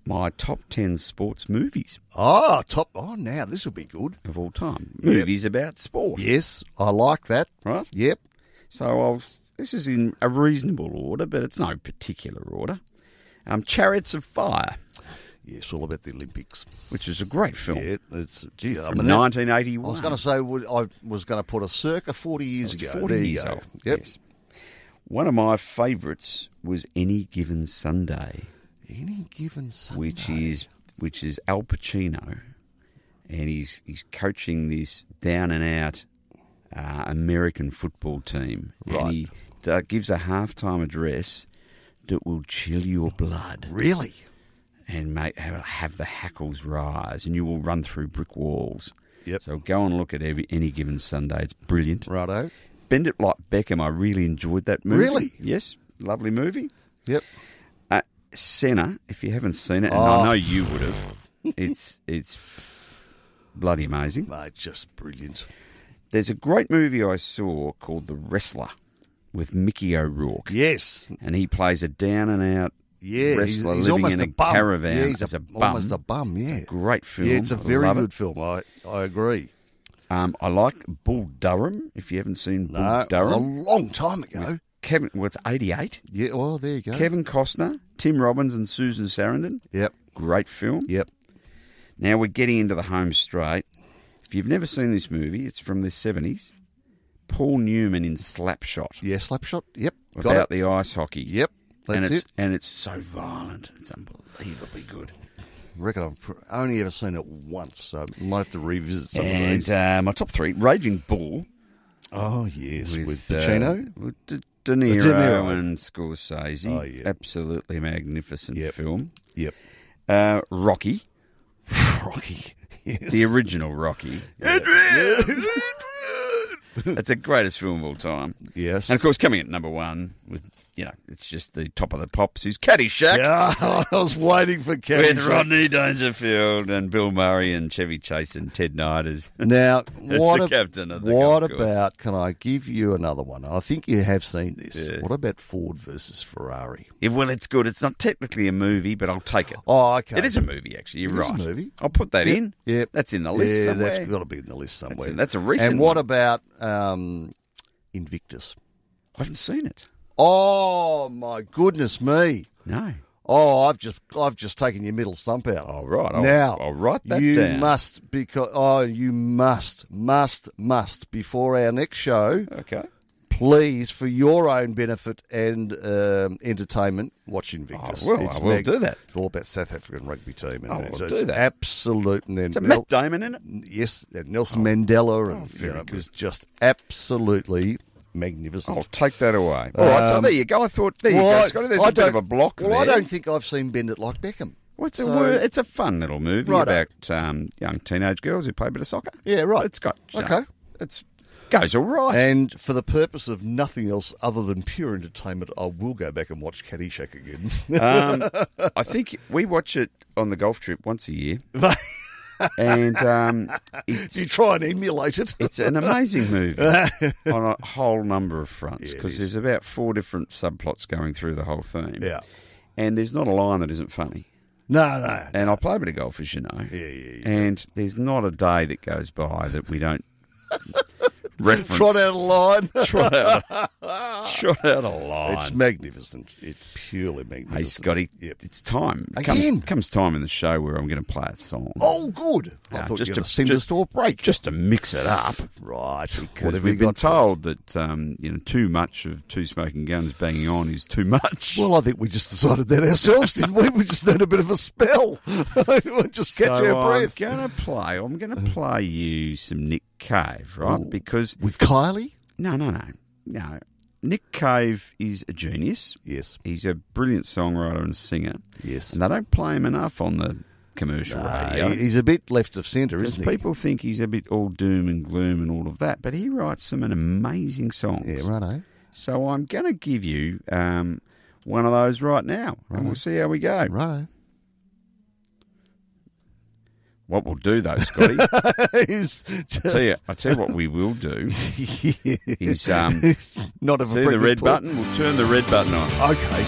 B: my top ten sports movies
A: Ah, top. Oh, now this will be good.
B: of all time. Movies about sport.
A: Yes, I like that.
B: Right.
A: Yep.
B: So I'll, this is in a reasonable order, but it's no particular order. Um, Chariots of Fire,
A: Yes, all about the Olympics.
B: which is a great film.
A: Yeah, it's. Gee, I
B: From
A: mean, that-
B: 1981.
A: I was going to say would- I was going to put a circa forty years
B: It's
A: ago.
B: 40
A: There you
B: years
A: go.
B: old.
A: Yep.
B: Yes. One of my favourites was Any Given Sunday,
A: Any given Sunday.
B: which is which is Al Pacino, and he's he's coaching this down and out uh, American football team, and
A: Right.
B: he uh, gives a halftime address that will chill your blood.
A: really
B: and make, have the hackles rise, and you will run through brick walls.
A: Yep.
B: So go and look at every, any given Sunday. It's brilliant.
A: righto.
B: Bend it like Beckham. I really enjoyed that movie.
A: Really?
B: Yes. Lovely movie.
A: Yep.
B: Uh, Senna, if you haven't seen it, and I
A: Oh.
B: know you would have, it's it's bloody amazing.
A: Mate, just brilliant.
B: There's a great movie I saw called The Wrestler with Mickey O'Rourke,
A: Yes.
B: and he plays a down and out
A: Yeah. he's-
B: wrestler
A: he's,
B: living
A: almost
B: in
A: a,
B: a,
A: bum.
B: caravan
A: Yeah, he's
B: as a bum.
A: almost a bum. Yeah.
B: Great film.
A: Yeah, it's a
B: I
A: very
B: love it.
A: good film. I I agree.
B: Um, I like Bull Durham. If you haven't seen Bull
A: No, a
B: Durham,
A: long time ago.
B: with Kevin, well, it's eighty-eight.
A: yeah. Well, there you go.
B: Kevin Costner, Tim Robbins, and Susan Sarandon.
A: Yep.
B: Great film.
A: Yep.
B: Now we're getting into the home straight. If you've never seen this movie, it's from the seventies. Paul Newman in Slapshot
A: Yeah. Slapshot. Yep. Got
B: about
A: it.
B: the ice hockey.
A: Yep. That's
B: and it's
A: it.
B: and it's so violent. It's unbelievably good.
A: Reckon I've pr- only ever seen it once, so I might have to revisit some of
B: And
A: these.
B: uh, my top three: Raging Bull,
A: oh yes, with,
B: uh,
A: Pacino. Oh,
B: with De, De, Niro
A: Niro.
B: and Scorsese.
A: Oh, yeah.
B: Absolutely magnificent
A: Yep.
B: film.
A: Yep.
B: Uh, Rocky,
A: Rocky. Yes.
B: the original Rocky. That's the greatest film of all time.
A: yes.
B: And of course, coming at number one with you know, it's just the top of the pops is Caddyshack
A: Yeah, I was waiting for
B: with
A: Kevin.
B: Rodney Dangerfield and Bill Murray and Chevy Chase and Ted Knight as
A: Now,
B: That's
A: what,
B: the
A: ab-
B: captain of the
A: what
B: golf course.
A: about? Can I give you another one? I think you have seen this.
B: Yeah.
A: What about Ford versus Ferrari?
B: Yeah, well, it's good. It's not technically a movie, but I'll take it.
A: Oh, okay.
B: It is a movie, actually. You're
A: It is a
B: right.
A: movie.
B: I'll put that
A: Yep,
B: in.
A: Yep.
B: That's in the list.
A: Yeah,
B: somewhere.
A: that's got to be in the list somewhere.
B: in- that's a recent
A: And what
B: one.
A: about um, Invictus?
B: I haven't seen it.
A: Oh my goodness me!
B: No.
A: Oh, I've just I've just taken your middle stump out.
B: All Oh, right, I'll-
A: now
B: I'll write that
A: you
B: down.
A: must because oh, you must must must before our next show.
B: Okay.
A: please, for your own benefit and um, entertainment, watch Invictus.
B: Oh, I will, I will do that.
A: It's all about South African rugby team. And
B: I will
A: it's,
B: do
A: it's
B: that.
A: Absolute. And then
B: It's a Oh.
A: Nel-
B: Matt Damon in it.
A: yes, and Nelson Mandela, and you know, it was just absolutely magnificent.
B: I'll take that away. All right, so there you go. I thought Oh, there you
A: Well,
B: go, Scotty. There's
A: I
B: a bit
A: don't-
B: of a block
A: Well,
B: there.
A: I don't think I've seen Bend It Like Beckham.
B: Well, it's,
A: So-
B: a word, it's a fun little movie
A: Righto.
B: about um, young teenage girls who play a bit of soccer.
A: Yeah, right.
B: It's got you know,
A: Okay.
B: it's goes all right.
A: And for the purpose of nothing else other than pure entertainment, I will go back and watch Caddyshack again.
B: Um, I think we watch it on the golf trip once a year, and um, it's
A: you try and emulate it.
B: it's an amazing movie on a whole number of fronts because there's about four different subplots going through the whole theme.
A: Yeah.
B: and there's not a line that isn't funny.
A: No, no.
B: And I play a bit of golf, as you know.
A: yeah, yeah.
B: And there's not a day that goes by that we don't reference.
A: Trot out of line.
B: trot out, shot out a line.
A: It's magnificent. It's purely magnificent.
B: hey, Scotty,
A: Yep.
B: it's time. It
A: Again?
B: Comes, comes time in the show where I'm going to play a song.
A: Oh, good. I
B: Uh,
A: thought
B: just
A: you were
B: to-
A: going to send us
B: just-
A: to a break.
B: Just to mix it up.
A: right.
B: Because
A: because
B: we've been
A: got to-
B: told that um, you know too much of two smoking guns banging on is too much.
A: Well, I think we just decided that ourselves, didn't we? We just need a bit of a spell. just catch
B: so
A: our breath.
B: I'm going to play. I'm going to play you some Nick Cave, right? Because
A: With Kylie?
B: no, no, no, no. Nick Cave is a genius.
A: Yes.
B: He's a brilliant songwriter and singer,
A: Yes.
B: and they don't play him enough on the commercial
A: Uh,
B: radio.
A: he- he's a bit left of centre,
B: Because
A: isn't
B: people think he's a bit all doom and gloom and all of that, but he writes some amazing songs.
A: he? Yeah, righto.
B: So I'm going to give you um, one of those right now, and we'll see how we go.
A: Righto.
B: What we'll do, though, Scotty,
A: he's
B: I tell you, I tell you what we will do is um,
A: he's not of a
B: see the
A: Britney
B: red
A: pl-
B: button. We'll turn the red button on.
A: Okay.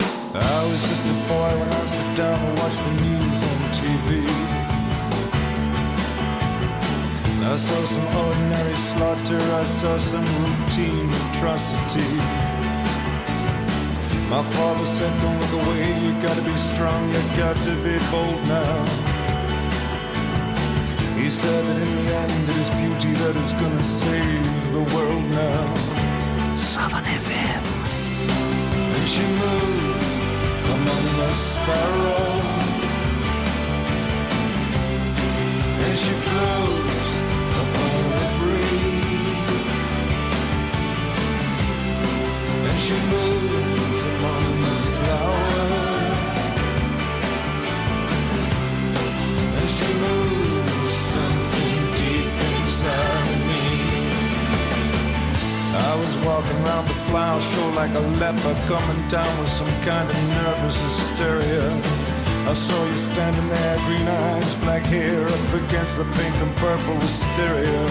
G: I was just a boy when I sat down and watched the news on TV. I saw some ordinary slaughter, I saw some routine atrocity. My father said, Don't look away, you gotta be strong, you got to be bold now. He said that in the end, it is beauty that is gonna save the world now. And she moves among the sparrows. And she flows upon the breeze. And she moves among the flowers. And she moves something deep inside me. I was walking round the flower show like a leper, coming down with some kind of nervous hysteria. I saw you standing there, green eyes, black hair, up against the pink and purple hysteria.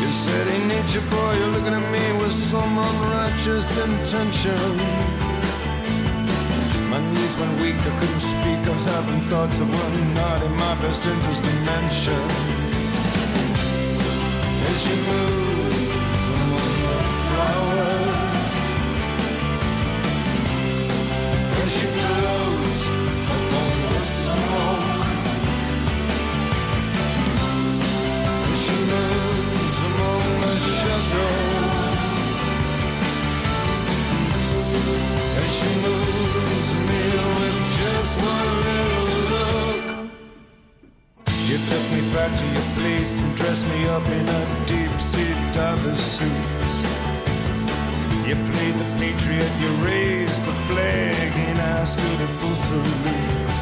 G: You said, Hey, nature boy, you're looking at me with some unrighteous intention. My knees went weak, I couldn't speak, I was having thoughts of running out in my best interest dimension. And she moves among the flowers. And she flows upon the smoke. And she moves among the shadows. And she moves me with just one little look. You took me back to your place and dressed me up in a deep sea diver's suit. You played the patriot, you raised the flag, and I stood a full salute.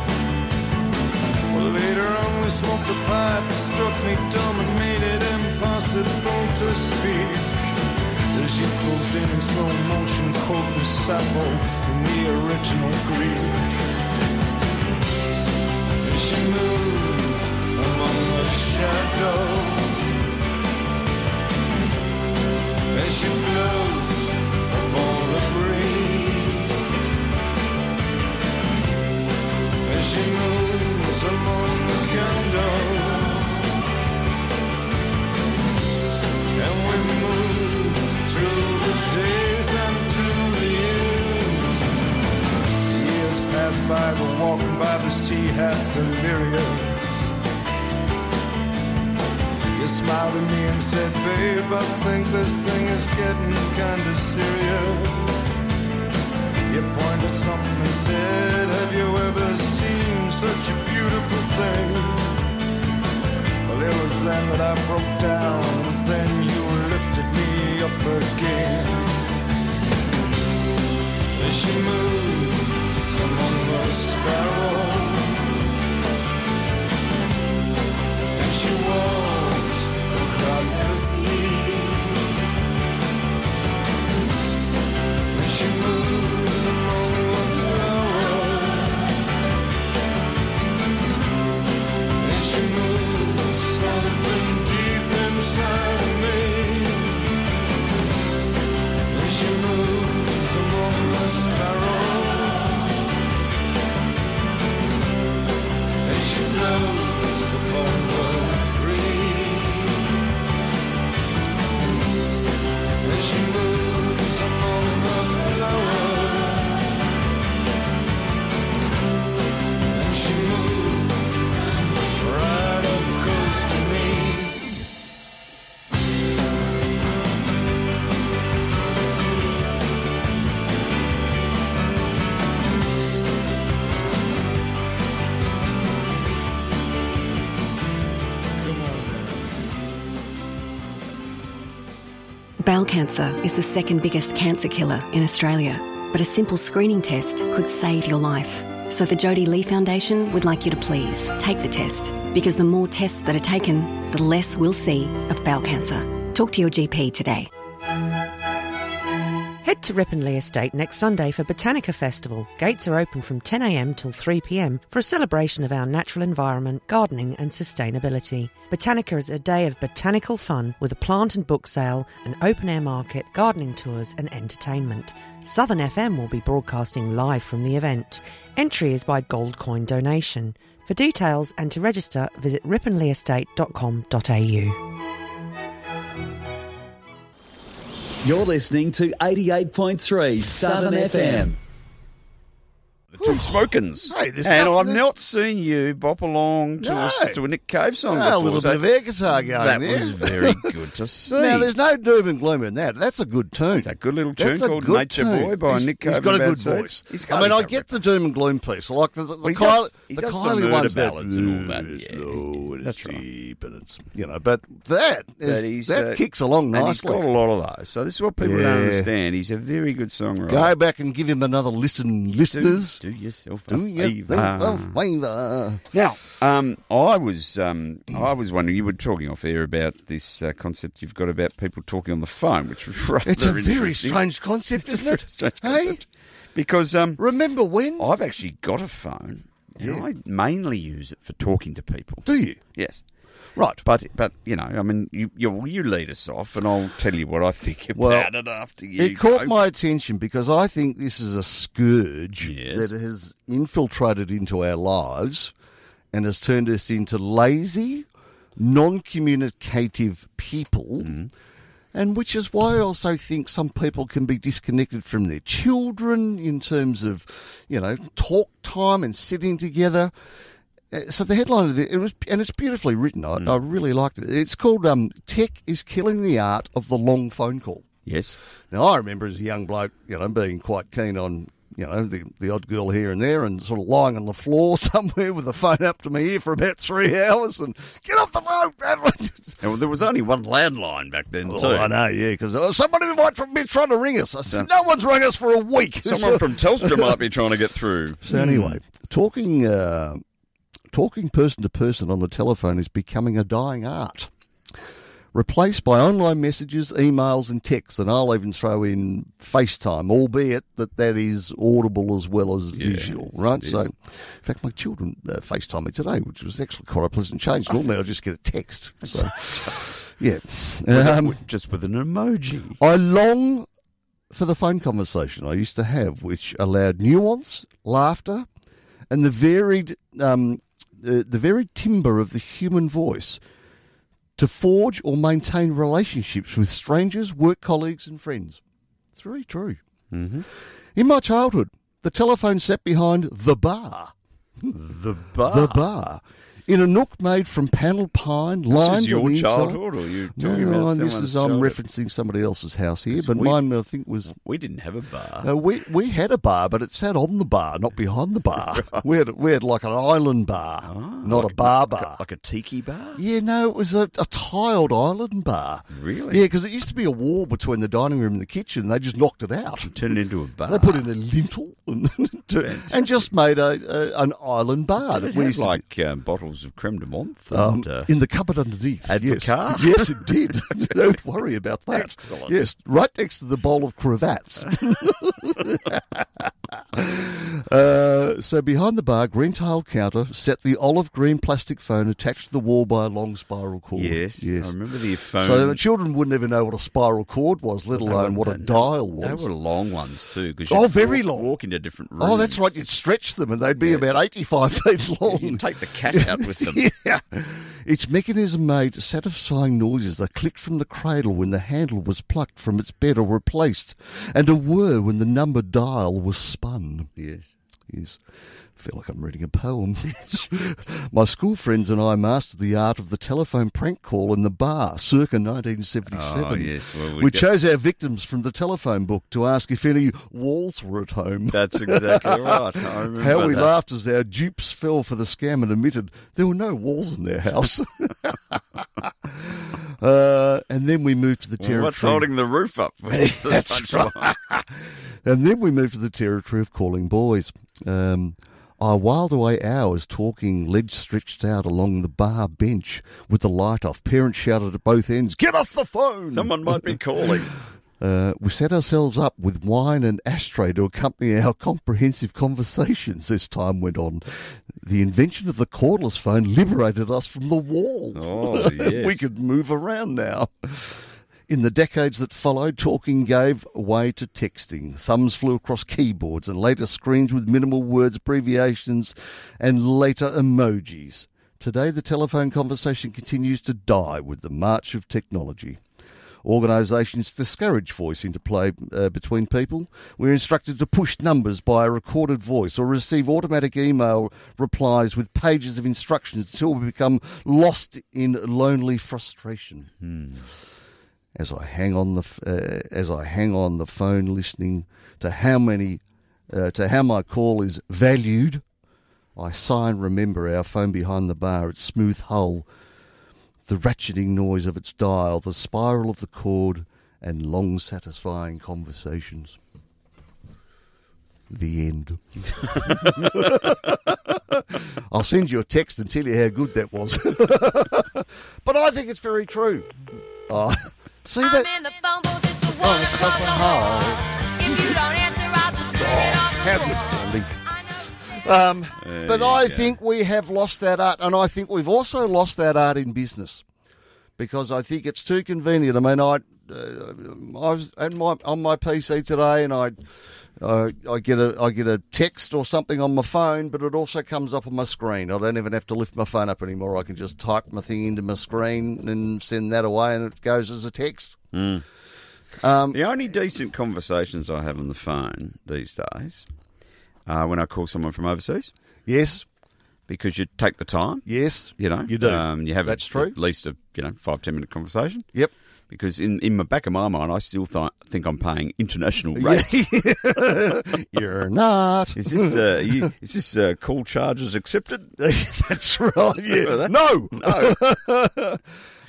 G: Well, later on, we smoked a pipe, it struck me dumb, and made it impossible to speak. As you closed in in slow motion, quote the Sappho in the original Greek. She moves among the shadows as she floats upon the breeze. As she moves among the candles, and we move through the days and through the years. Years pass by, we're walking by the sea, half delirious. You smiled at me and said, Babe, I think this thing is getting kinda serious. You pointed something and said, Have you ever seen such a beautiful thing? Well, it was then that I broke down, it was then you lifted me up again. As she moves among the sparrows And she walks across the sea And she moves among the flowers And she moves something deep inside me and she moves among the sparrows. shadows upon the trees. As she moves among the flowers, and she moves right up close to me.
H: Bowel cancer is the second biggest cancer killer in Australia, but a simple screening test could save your life. So the Jodie Lee Foundation would like you to please take the test because the more tests that are taken, the less we'll see of bowel cancer. Talk to your GP today.
I: Head to Ripponlea Estate next Sunday for Botanica Festival. Gates are open from 10am till 3pm for a celebration of our natural environment, gardening and sustainability. Botanica is a day of botanical fun with a plant and book sale, an open air market, gardening tours and entertainment. Southern FM will be broadcasting live from the event. Entry is by gold coin donation. For details and to register, visit ripponleaestate.com.au.
F: You're listening to 88.3 Southern FM.
B: The two smokins.
A: Hey, there's
B: and I've
A: nothing-
B: not seen you bop along to,
A: No.
B: us, to a Nick Cave song
A: Ah, a
B: before,
A: little
B: so
A: bit of air guitar going
B: That
A: there.
B: was very good to see.
A: Now, there's no doom and gloom in that. That's a good tune.
B: It's a good little
A: That's
B: tune
A: a
B: called
A: good
B: Nature
A: tune.
B: Boy by
A: he's,
B: Nick
A: He's
B: Cave
A: got a
B: and Bad
A: good
B: Seeds.
A: voice.
B: He's
A: I
B: got
A: mean,
B: a
A: I
B: good
A: get
B: rep.
A: the doom and gloom piece. Like the, the, the
B: Well, he
A: Kylie,
B: does- he
A: the
B: does the
A: Kylie
B: murder
A: ones
B: ballads
A: that,
B: and all that,
A: It's
B: yeah,
A: low and it's
B: that's right.
A: deep and it's you know. But that
B: But
A: is
B: he's,
A: that
B: uh,
A: kicks along
B: and He's
A: nicely.
B: got a lot of those. So this is what people
A: Yeah.
B: don't understand. He's a very good songwriter.
A: Go back and give him another listen,
B: do,
A: listeners.
B: do yourself a
A: Do you think
B: favour.
A: of uh, favour?
B: Now, um, I was um, I was wondering. You were talking off air about this uh, concept you've got about people talking on the phone, which was rather
A: It's a very
B: interesting.
A: strange concept,
B: It's a
A: isn't
B: very
A: it?
B: strange
A: Hey?
B: concept. Because um,
A: Remember when?
B: I've actually got a phone, and
A: Yeah.
B: I mainly use it for talking to people.
A: Do you?
B: Yes,
A: Right.
B: but but you know, I mean, you you, you lead us off, and I'll tell you what I think about
A: Well,
B: it after you.
A: It caught
B: go.
A: my attention because I think this is a scourge
B: Yes.
A: that has infiltrated into our lives and has turned us into lazy, non communicative people.
B: Mm-hmm.
A: And which is why I also think some people can be disconnected from their children in terms of, you know, talk time and sitting together. Uh, So the headline of the, it was, and it's beautifully written. I,
B: Mm.
A: I really liked it. It's called um, "Tech is Killing the Art of the Long Phone Call."
B: yes,
A: Now, I remember as a young bloke, you know, being quite keen on, you know, the, the odd girl here and there and sort of lying on the floor somewhere with the phone up to my ear for about three hours and get off the phone, Bradley.
B: and there was only one landline back then too.
A: Oh, I know, yeah, because oh, somebody might be trying to ring us. I said, no one's rung us for a week.
B: Someone from Telstra might be trying to get through.
A: So anyway, talking uh, talking person to person on the telephone is becoming a dying art, replaced by online messages, emails, and texts. And I'll even throw in FaceTime, albeit that that is audible as well as visual, right? So, in fact, my children uh, FaceTime me today, which was actually quite a pleasant change. Normally, I just get a text. So, yeah. Um,
B: just with an emoji.
A: I long for the phone conversation I used to have, which allowed nuance, laughter, and the varied um, uh, the varied timbre of the human voice to forge or maintain relationships with strangers, work colleagues, and friends. It's very true.
B: Mm-hmm.
A: In my childhood, the telephone sat behind the bar.
B: The bar.
A: The bar. In a nook made from panelled pine, lined
B: Ah. This is
A: on
B: your
A: the inside-
B: childhood, or you talking
A: no,
B: about
A: this
B: someone's
A: is um, I'm
B: childhood?
A: referencing somebody else's house here,
B: It's
A: but
B: weird.
A: mine I think was
B: We didn't have a bar.
A: uh, we we had a bar, but it sat on the bar, not behind the bar. We had we had like an island bar, not a bar bar.
B: Ah, Like a tiki bar?
A: yeah, no, it was a, a tiled island bar.
B: Really?
A: Yeah, because it used to be a wall between the dining room and the kitchen. They just knocked it out.
B: Turn it into a bar.
A: They put in a lintel and, and just made a, a an island bar
B: Did
A: that
B: it
A: we
B: have,
A: used to be-
B: like um, bottles of creme de menthe.
A: um,
B: and, uh,
A: in the cupboard underneath.
B: at the
A: yes.
B: car.
A: Yes, it did. Don't worry about that.
B: Excellent.
A: Yes, right next to the bowl of cravats. Uh, so behind the bar, green tiled counter, set the olive green plastic phone attached to the wall by a long spiral cord.
B: Yes, I remember the phone.
A: So the children wouldn't even know what a spiral cord was, let alone what a dial was.
B: They were long ones too. 'cause
A: Oh,
B: you'd
A: very
B: walk-
A: long.
B: Walk into different rooms.
A: Oh, that's right. You'd stretch them, and they'd be about eighty-five feet long.
B: You can take the cat out with them.
A: yeah. Its mechanism made satisfying noises that clicked from the cradle when the handle was plucked from its bed or replaced, and a whir when the number dial was spun.
B: Yes.
A: Yes. I feel like I'm reading a poem. My school friends and I mastered the art of the telephone prank call in the bar circa 1977.
B: Oh, yes. Well,
A: we
B: we got-
A: chose our victims from the telephone book to ask if any walls were at home.
B: That's exactly right. I remember
A: How we
B: that.
A: laughed as our dupes fell for the scam and admitted there were no walls in their house. uh, and then we moved to the
B: Well,
A: territory.
B: what's holding the roof up?
A: That's right. and then we moved to the territory of calling boys. Um, I whiled away hours talking, leg stretched out along the bar bench with the light off. Parents shouted at both ends, "Get off the phone!"
B: Someone might be calling.
A: Uh, we set ourselves up with wine and ashtray to accompany our comprehensive conversations as time went on. The invention of the cordless phone liberated us from the walls.
B: Oh, yes.
A: we could move around now. In the decades that followed, talking gave way to texting. Thumbs flew across keyboards and later screens with minimal words, abbreviations, and later emojis. Today, the telephone conversation continues to die with the march of technology. Organisations discourage voice interplay uh, between people. We're instructed to push numbers by a recorded voice or receive automatic email replies with pages of instructions until we become lost in lonely frustration. As I hang on the f- uh, as I hang on the phone, listening to how many uh, to how my call is valued, I sigh and remember our phone behind the bar, its smooth hull, the ratcheting noise of its dial, the spiral of the cord, and long, satisfying conversations. The end. I'll send you a text and tell you how good that was. but I think it's very true. Oh, see that?
J: I'm in the phone booth, it's a wonderful
A: hole.
J: hole. If you don't answer, I'll just spit it on the
A: How
J: floor.
A: good's Gandhi?
J: I know that-
A: Um, but
B: you
A: I
B: go.
A: think we have lost that art, and I think we've also lost that art in business because I think it's too convenient. I mean, I, uh, I was on my, on my PC today, and I. Uh, I get a I get a text or something on my phone, but it also comes up on my screen. I don't even have to lift my phone up anymore. I can just type my thing into my screen and send that away, and it goes as a text. um,
B: The only decent conversations I have on the phone these days are when I call someone from overseas
A: Yes,
B: because you take the time.
A: yes,
B: You know,
A: you do.
B: Um, you have
A: That's
B: a,
A: true.
B: At least a you know five ten minute conversation.
A: yep.
B: Because in in the back of my mind, I still th- think I'm paying international rates.
A: You're not.
B: Is this uh, you, is this uh, call charges accepted?
A: That's right. Yeah. No.
B: No,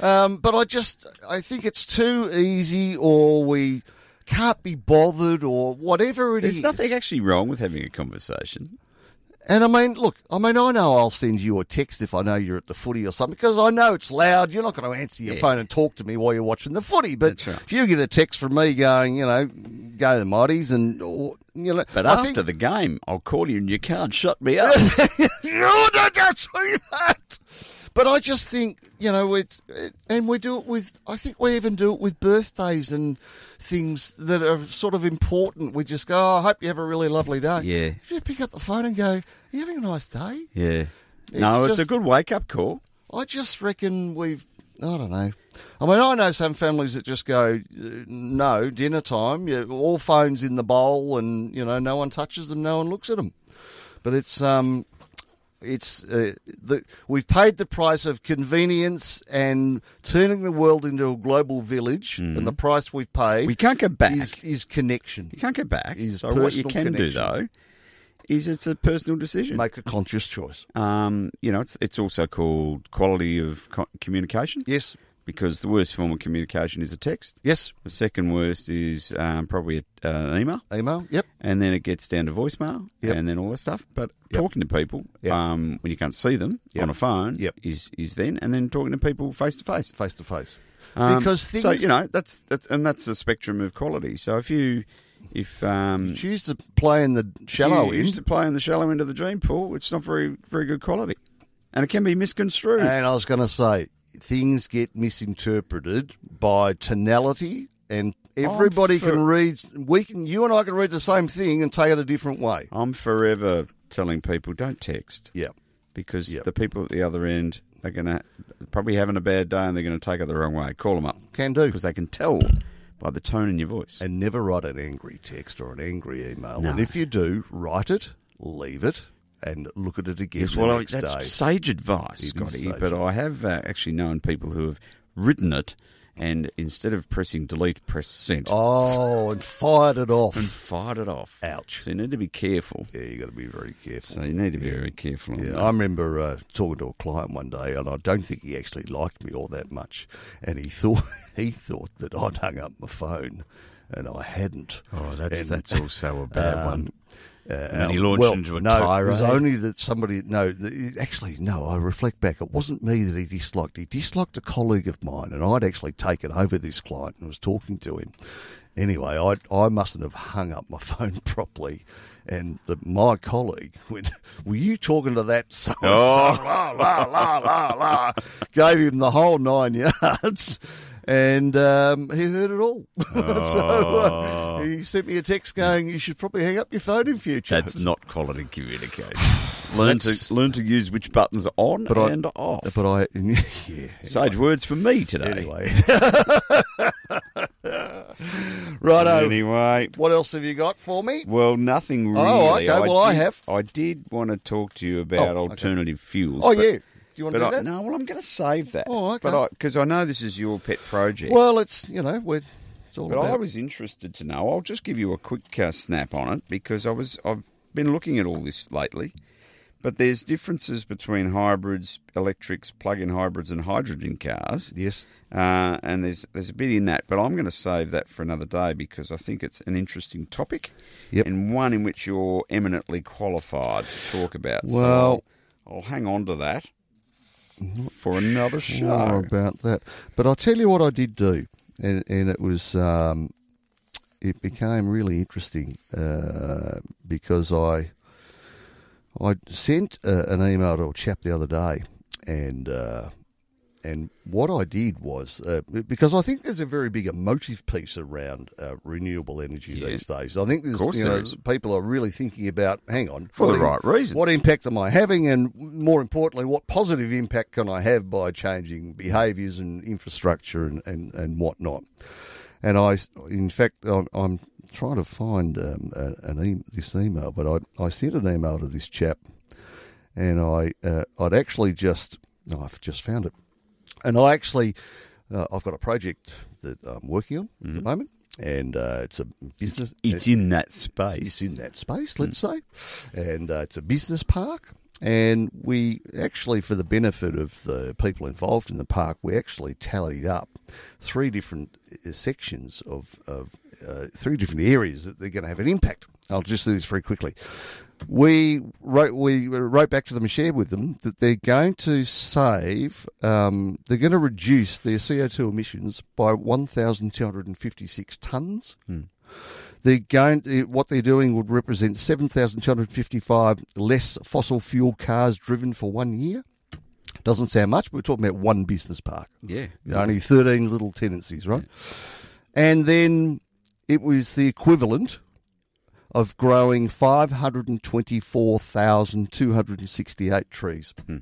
A: Um, but I just I think it's too easy, or we can't be bothered, or whatever it is.
B: there's nothing actually wrong with having a conversation.
A: And I mean, look, I mean, I know I'll send you a text if I know you're at the footy or something, because I know it's loud. You're not going to answer your phone and talk to me while you're watching the footy. But
B: That's right.
A: if you get a text from me going, you know, go to the Mighties, and or, you know,
B: But
A: I
B: after
A: think-
B: the game, I'll call you and you can't shut me up.
A: no, no, don't say that. But I just think you know it, it, and we do it with. I think we even do it with birthdays and things that are sort of important. We just go, oh, "I hope you have a really lovely day."
B: Yeah.
A: You just pick up the phone and go, "Are you having a nice day?"
B: yeah. no,
A: It's
B: it's
A: just-
B: a good wake up call.
A: I just reckon we've. I don't know. I mean, I know some families that just go, uh, "No, dinner time. You, all phones in the bowl, and you know, no one touches them, no one looks at them." But it's um, it's uh, the we've paid the price of convenience and turning the world into a global village,
B: Hmm.
A: and the price we've paid
B: We can't go back.
A: is is connection.
B: You can't go back.
A: Is
B: so what you
A: personal
B: can do
A: connection.
B: though is it's a personal decision.
A: Make a conscious choice.
B: Um, you know, it's it's also called quality of co- communication.
A: Yes,
B: Because the worst form of communication is a text.
A: yes.
B: The second worst is um, probably a, uh, an email,
A: Email. Yep.
B: and then it gets down to voicemail,
A: Yep.
B: and then all that stuff. But talking to people
A: Yep.
B: um, when you can't see them
A: Yep.
B: on a phone
A: Yep.
B: is is then, and then talking to people face to face.
A: Face to face.
B: Um,
A: Because things.
B: so you know that's that's and that's a spectrum of quality. So if you If um,
A: she used to play in the shallow
B: you
A: end.
B: used to play in the shallow end of the dream pool, it's not very very good quality, and it can be misconstrued.
A: And I was going to say, things get misinterpreted by tonality, and
B: Oh,
A: everybody
B: for-
A: can read. We can, you and I can read the same thing and take it a different way.
B: I'm forever telling people don't text.
A: Yeah.
B: Because
A: Yeah.
B: the people at the other end are going to probably having a bad day and they're going to take it the wrong way. Call them up.
A: Can do.
B: Because they can tell by the tone in your voice.
A: And never write an angry text or an angry email.
B: No.
A: And if you do, write it, leave it, and look at it again
B: Yes,
A: the
B: well, I-
A: next
B: that's
A: day.
B: sage advice,
A: It is
B: Scotty.
A: sage
B: But I have uh, actually known people who have written it and instead of pressing delete, press sent
A: Oh, and fired it off.
B: and fired it off.
A: Ouch.
B: So you need to be careful.
A: Yeah, you got to be very careful.
B: So you need to be very careful. on
A: Yeah,
B: that.
A: I remember uh, talking to a client one day, and I don't think he actually liked me all that much. And he thought he thought that I'd hung up my phone, and I hadn't.
B: Oh, that's
A: And,
B: that's also a bad one.
A: uh,
B: then he launched
A: well,
B: into a
A: no, It was
B: tirade.
A: only that somebody. No, the, actually, no. I reflect back. It wasn't me that he disliked. He disliked a colleague of mine, and I'd actually taken over this client and was talking to him. Anyway, I I mustn't have hung up my phone properly. And the, my colleague went, "Were you talking to that so and so?"
B: Oh.
A: La la la la la. Gave him the whole nine yards, and um, he heard it all. so
B: Oh.
A: uh, he sent me a text going, "You should probably hang up your phone in future."
B: That's not quality communication. learn
A: That's-
B: to learn to use which buttons are on
A: But I-
B: and off.
A: But I, yeah.
B: Sage words for me today.
A: Anyway, righto.
B: Anyway.
A: What else have you got for me?
B: Well, nothing really.
A: Oh, okay, well, I
B: did-
A: have.
B: I did want to talk to you about
A: Oh, okay.
B: alternative fuels.
A: Oh
B: but-
A: yeah. Do you want to
B: But
A: do
B: I,
A: that?
B: no, well, I'm going to save that.
A: Oh, okay.
B: Because I, know this is your pet project.
A: Well, it's you know we're it's all
B: but
A: about.
B: I was interested to know. I'll just give you a quick uh, snap on it because I was I've been looking at all this lately. But there's differences between hybrids, electrics, plug-in hybrids, and hydrogen cars.
A: yes.
B: Uh, and there's there's a bit in that, but I'm going to save that for another day because I think it's an interesting topic,
A: Yep.
B: and one in which you're eminently qualified to talk about.
A: Well-
B: so I'll, I'll hang on to that for another
A: Sure
B: show.
A: Oh, about that. But I'll tell you what I did do, and and it was um, it became really interesting uh, because I I sent uh, an email to a chap the other day, and uh, and what I did was uh, because I think there's a very big emotive piece around uh, renewable energy these days. I think there's
B: course
A: you
B: there
A: know,
B: is.
A: people are really thinking about hang on
B: For
A: what
B: the right reasons.
A: What impact am I having, and more importantly, what positive impact can I have by changing behaviours and infrastructure and and, and whatnot? And I, in fact, I'm, I'm trying to find um, a- an e- this email, but I, I sent an email to this chap, and I uh, I'd actually just no, I've just found it, and I actually uh, I've got a project that I'm working on at the moment, and uh, it's a business.
B: Mm-hmm. It's in that
A: It's
B: space.
A: in that space, let's say, and uh, it's a business park. And we actually, for the benefit of the people involved in the park, we actually tallied up three different uh, sections of, of uh, three different areas that they're going to have an impact. I'll just do this very quickly. We wrote we wrote back to them and shared with them that they're going to save, um, they're going to reduce their CO two emissions by one thousand two hundred and fifty six tons they're going to, what they're doing would represent 7,255 less fossil fuel cars driven for one year. Doesn't sound much, but we're talking about one business park.
B: Yeah.
A: Only 13 little tenancies, right? And then it was the equivalent of growing 524,268 trees.
B: Hmm.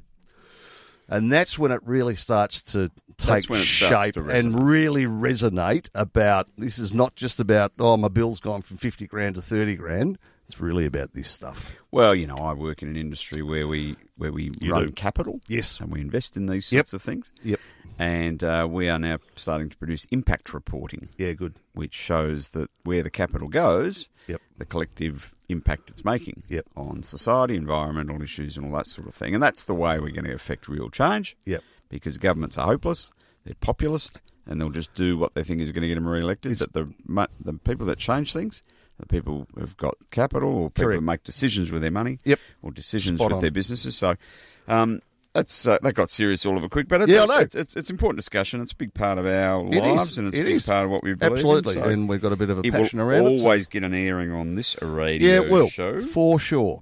A: And that's when it really starts to take
B: That's when it starts
A: shape
B: to resonate.
A: and really resonate about this is not just about, oh, my bill's gone from 50 grand to 30 grand. It's really about this stuff.
B: Well, you know, I work in an industry where we where we run capital.
A: Yes.
B: And we invest in these sorts of things.
A: Yep.
B: And uh, we are now starting to produce impact reporting.
A: Yeah, good.
B: which shows that where the capital goes,
A: Yep.
B: the collective impact it's making
A: Yep.
B: on society, environmental issues, and all that sort of thing. And that's the way we're going to affect real change.
A: Yep.
B: Because governments are hopeless, they're populist, and they'll just do what they think is going to get them re-elected. That the mo- the people that change things, the people who've got capital, or people
A: Correct.
B: who make decisions with their money,
A: Yep.
B: or decisions
A: Spot
B: with
A: on.
B: their businesses. So, um, That's uh, that got serious all of a quick, but it's,
A: Yeah, I know.
B: It's, it's it's important discussion. It's a big part of our
A: It is.
B: lives, and it's
A: It
B: a big
A: is.
B: part of what we believe. in,
A: Absolutely,
B: so
A: and we've got a bit of a
B: it
A: passion
B: will
A: around it, so-
B: Always get an airing on this radio
A: Yeah, it will
B: show.
A: for sure.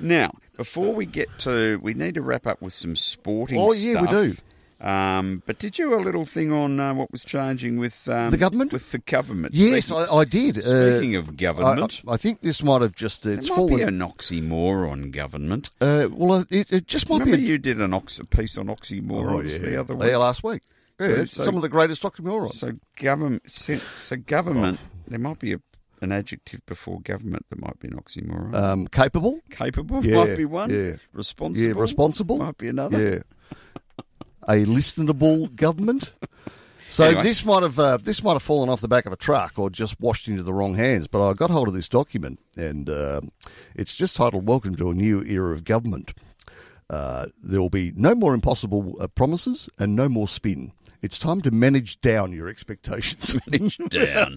B: Now, before we get to, we need to wrap up with some sporting.
A: Oh, yeah, we
B: stuff. Um, but did you a little thing on uh, what was changing with um,
A: The government?
B: With the government?
A: Yes,
B: Speaking-
A: I, I did. Uh,
B: Speaking
A: I-
B: of government,
A: I, I think this might have just uh, it's
B: it might
A: fallen.
B: be an oxymoron. Government.
A: uh, well, it, it just might
B: Remember,
A: be. A, Oh,
B: you did an ox- a piece on oxymorons the other
A: Yeah,
B: week.
A: last week. Yeah,
B: So-
A: it's
B: so-
A: some of the greatest oxymorons.
B: So government. So, so government.
A: Oh.
B: There might be a, an adjective before government that might be an oxymoron.
A: um, capable,
B: Capable
A: yeah,
B: might be one.
A: yeah.
B: Responsible.
A: yeah, responsible
B: might be another.
A: Yeah, a listenable government. So
B: Anyway.
A: this might have uh, this might have fallen off the back of a truck or just washed into the wrong hands. But I got hold of this document, and um it's just titled "Welcome to a New Era of Government." Uh, there will be no more impossible uh, promises and no more spin. It's time to manage down your expectations.
B: down.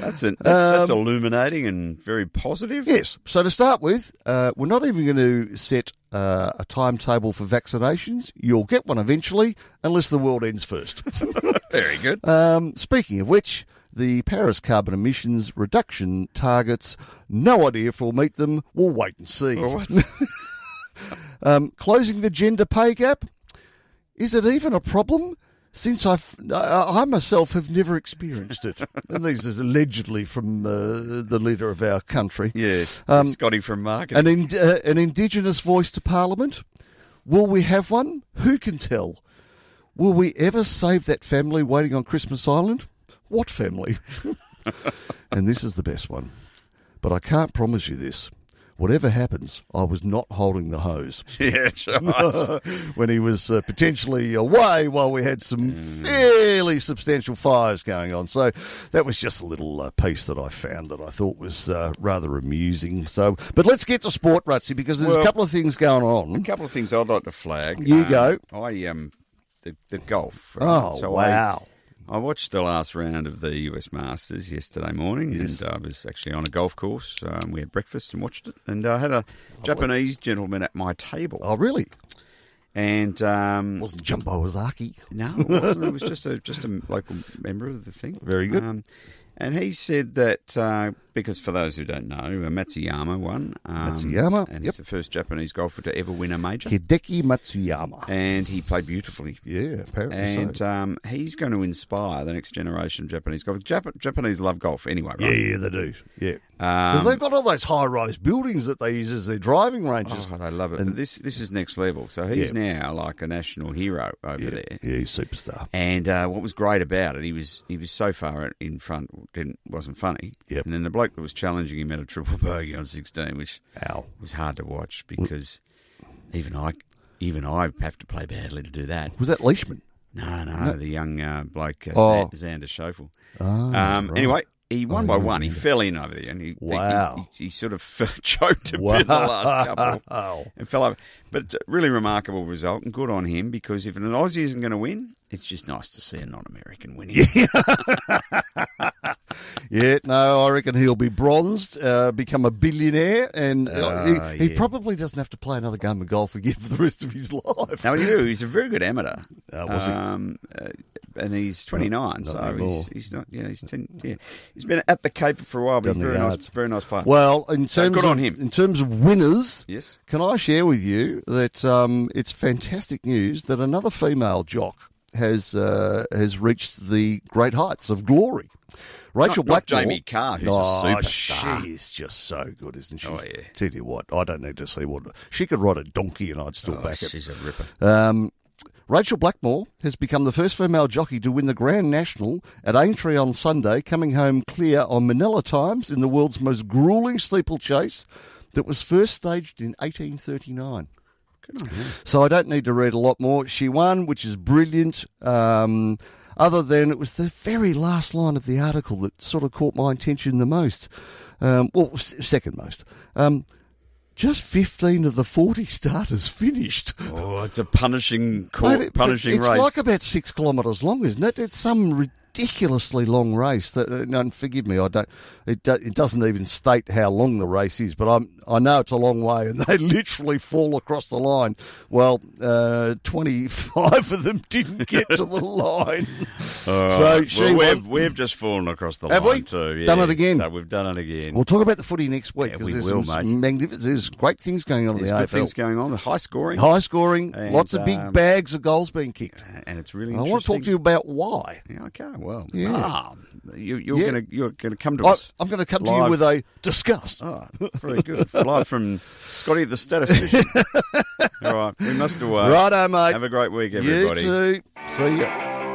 B: That's, an, that's, that's illuminating and very positive.
A: Um, Yes. So to start with, uh, we're not even going to set uh, a timetable for vaccinations. You'll get one eventually, unless the world ends first.
B: Very good.
A: um, speaking of which, the Paris carbon emissions reduction targets. No idea if we'll meet them. We'll wait and see.
B: Well, what's-
A: Um, closing the gender pay gap. Is it even a problem? Since I've, I I myself have never experienced it, and these are allegedly from uh, the leader of our country.
B: yes.
A: Um,
B: Scotty from market.
A: An, ind uh, an Indigenous voice to Parliament? Will we have one? Who can tell? Will we ever save that family waiting on Christmas Island? What family? and this is the best one. But I can't promise you this. Whatever happens, I was not holding the hose
B: yeah, that's right.
A: when he was uh, potentially away while we had some
B: Mm.
A: fairly substantial fires going on. So that was just a little uh, piece that I found that I thought was uh, rather amusing. So, but let's get to sport, Rutsy, because there's a
B: Well-
A: couple of things going on.
B: a couple of things I'd like to flag.
A: You
B: Um,
A: go.
B: I um, the, the golf. right?
A: Oh
B: So I-
A: wow!
B: I watched the last round of the US Masters yesterday morning, and I was actually on a golf course. Um, we had breakfast and watched it, and I had a Japanese gentleman at my table,
A: Oh really?
B: and um,
A: Wasn't Jumbo Ozaki?
B: no, it wasn't. It was just a just a local member of the thing.
A: Very good.
B: Um, and he said that uh, because for those who don't know, uh, Matsuyama won. Um,
A: Matsuyama,
B: and
A: yep.
B: he's the first Japanese golfer to ever win a major.
A: Hideki Matsuyama.
B: And he played beautifully.
A: yeah, apparently
B: And
A: so.
B: um, he's going to inspire the next generation of Japanese golf. Jap- Japanese love golf anyway,
A: yeah,
B: right?
A: yeah, they do. Yeah, because
B: Um,
A: they've got all those high-rise buildings that they use as their driving ranges.
B: Oh, they love it.
A: And-
B: But this this is next level. So he's now like a national hero over
A: yeah,
B: there.
A: yeah, he's a superstar.
B: And uh, what was great about it, he was he was so far in front, didn't wasn't funny.
A: Yep.
B: And then the bloke that was challenging him had a triple bogey on sixteen, which
A: Ow.
B: was hard to watch
A: Mm.
B: because even I even I have to play badly to do that.
A: Was that Leishman?
B: No, no, the young uh, bloke uh,
A: Oh.
B: Xan- Xander Schauffele.
A: Oh,
B: um,
A: right. Oh,
B: Anyway, he won by one. He fell in over there, and he he-
A: Wow.
B: he, he, sort of choked a bit in the last couple
A: Wow.
B: and fell over. But it's a really remarkable result, and good on him because if an Aussie isn't going to win, it's just nice to see a non-American winning.
A: Yeah, no, I reckon he'll be bronzed, uh, become a billionaire, and uh,
B: Ah,
A: he, he
B: yeah.
A: probably doesn't have to play another game of golf again for the rest of his life.
B: Now he knew he was a very good amateur.
A: Uh, was he?
B: Um, uh, and he's 29, so
A: anymore.
B: he's, he's not. Yeah, he's 10, yeah. He's been at the Cape for a while, but
A: Done
B: he's
A: the
B: very nice,
A: yards.
B: very nice player.
A: Well, in terms
B: So good
A: of,
B: on him.
A: In terms of winners,
B: yes.
A: can I share with you that um, it's fantastic news that another female jock has uh, has reached the great heights of glory. Rachel
B: Not- not
A: Blackmore, Ah,
B: Jamie Carr, who's a superstar.
A: She is just so good, isn't she?
B: Oh, yeah.
A: Tell you what, I don't need to see what she could ride a donkey, and I'd still
B: Oh,
A: back it.
B: she's a ripper.
A: Um, Rachel Blackmore has become the first female jockey to win the Grand National at Aintree on Sunday, coming home clear on Manila times in the world's most grueling steeplechase that was first staged in 1839. So I don't need to read a lot more. She won, which is brilliant. Um, other than it was the very last line of the article that sort of caught my attention the most. Um, well, s- second most. Um, just 15 of the 40 starters finished.
B: Oh, it's a punishing, court,
A: Mate, it-
B: punishing
A: it's
B: race.
A: like about six kilometres long, isn't it? It's some ridiculously long race. That uh, and forgive me, I don't. It, do, it doesn't even state how long the race is, but I'm I know it's a long way, and they literally fall across the line. Well, uh, twenty five of them didn't get to the line.
B: All right.
A: So
B: Oh, Well,
A: she
B: we've,
A: won-
B: we've just fallen across the
A: Have
B: line
A: we?
B: too.
A: Done
B: yeah.
A: it again.
B: So we've done it again.
A: We'll talk about the footy next week.
B: Yeah,
A: 'cause
B: we
A: there's
B: will,
A: some
B: mate.
A: magnificent. There's great things going on
B: There's
A: in the
B: good
A: AFL.
B: things going on. The high scoring.
A: High scoring,
B: And,
A: lots of big
B: um,
A: bags of goals being kicked.
B: and it's really.
A: I want to talk to you about why.
B: Yeah, okay, well,
A: Yeah.
B: ah, you, you're
A: Yeah. Oh,
B: going to you're going to come to
A: I,
B: us.
A: I'm going to come to you
B: live-
A: with a disgust.
B: Oh, very good. Live from Scotty the statistician. All right, we must uh, away.
A: Righto, mate.
B: Have a great week, everybody.
A: You too. See ya.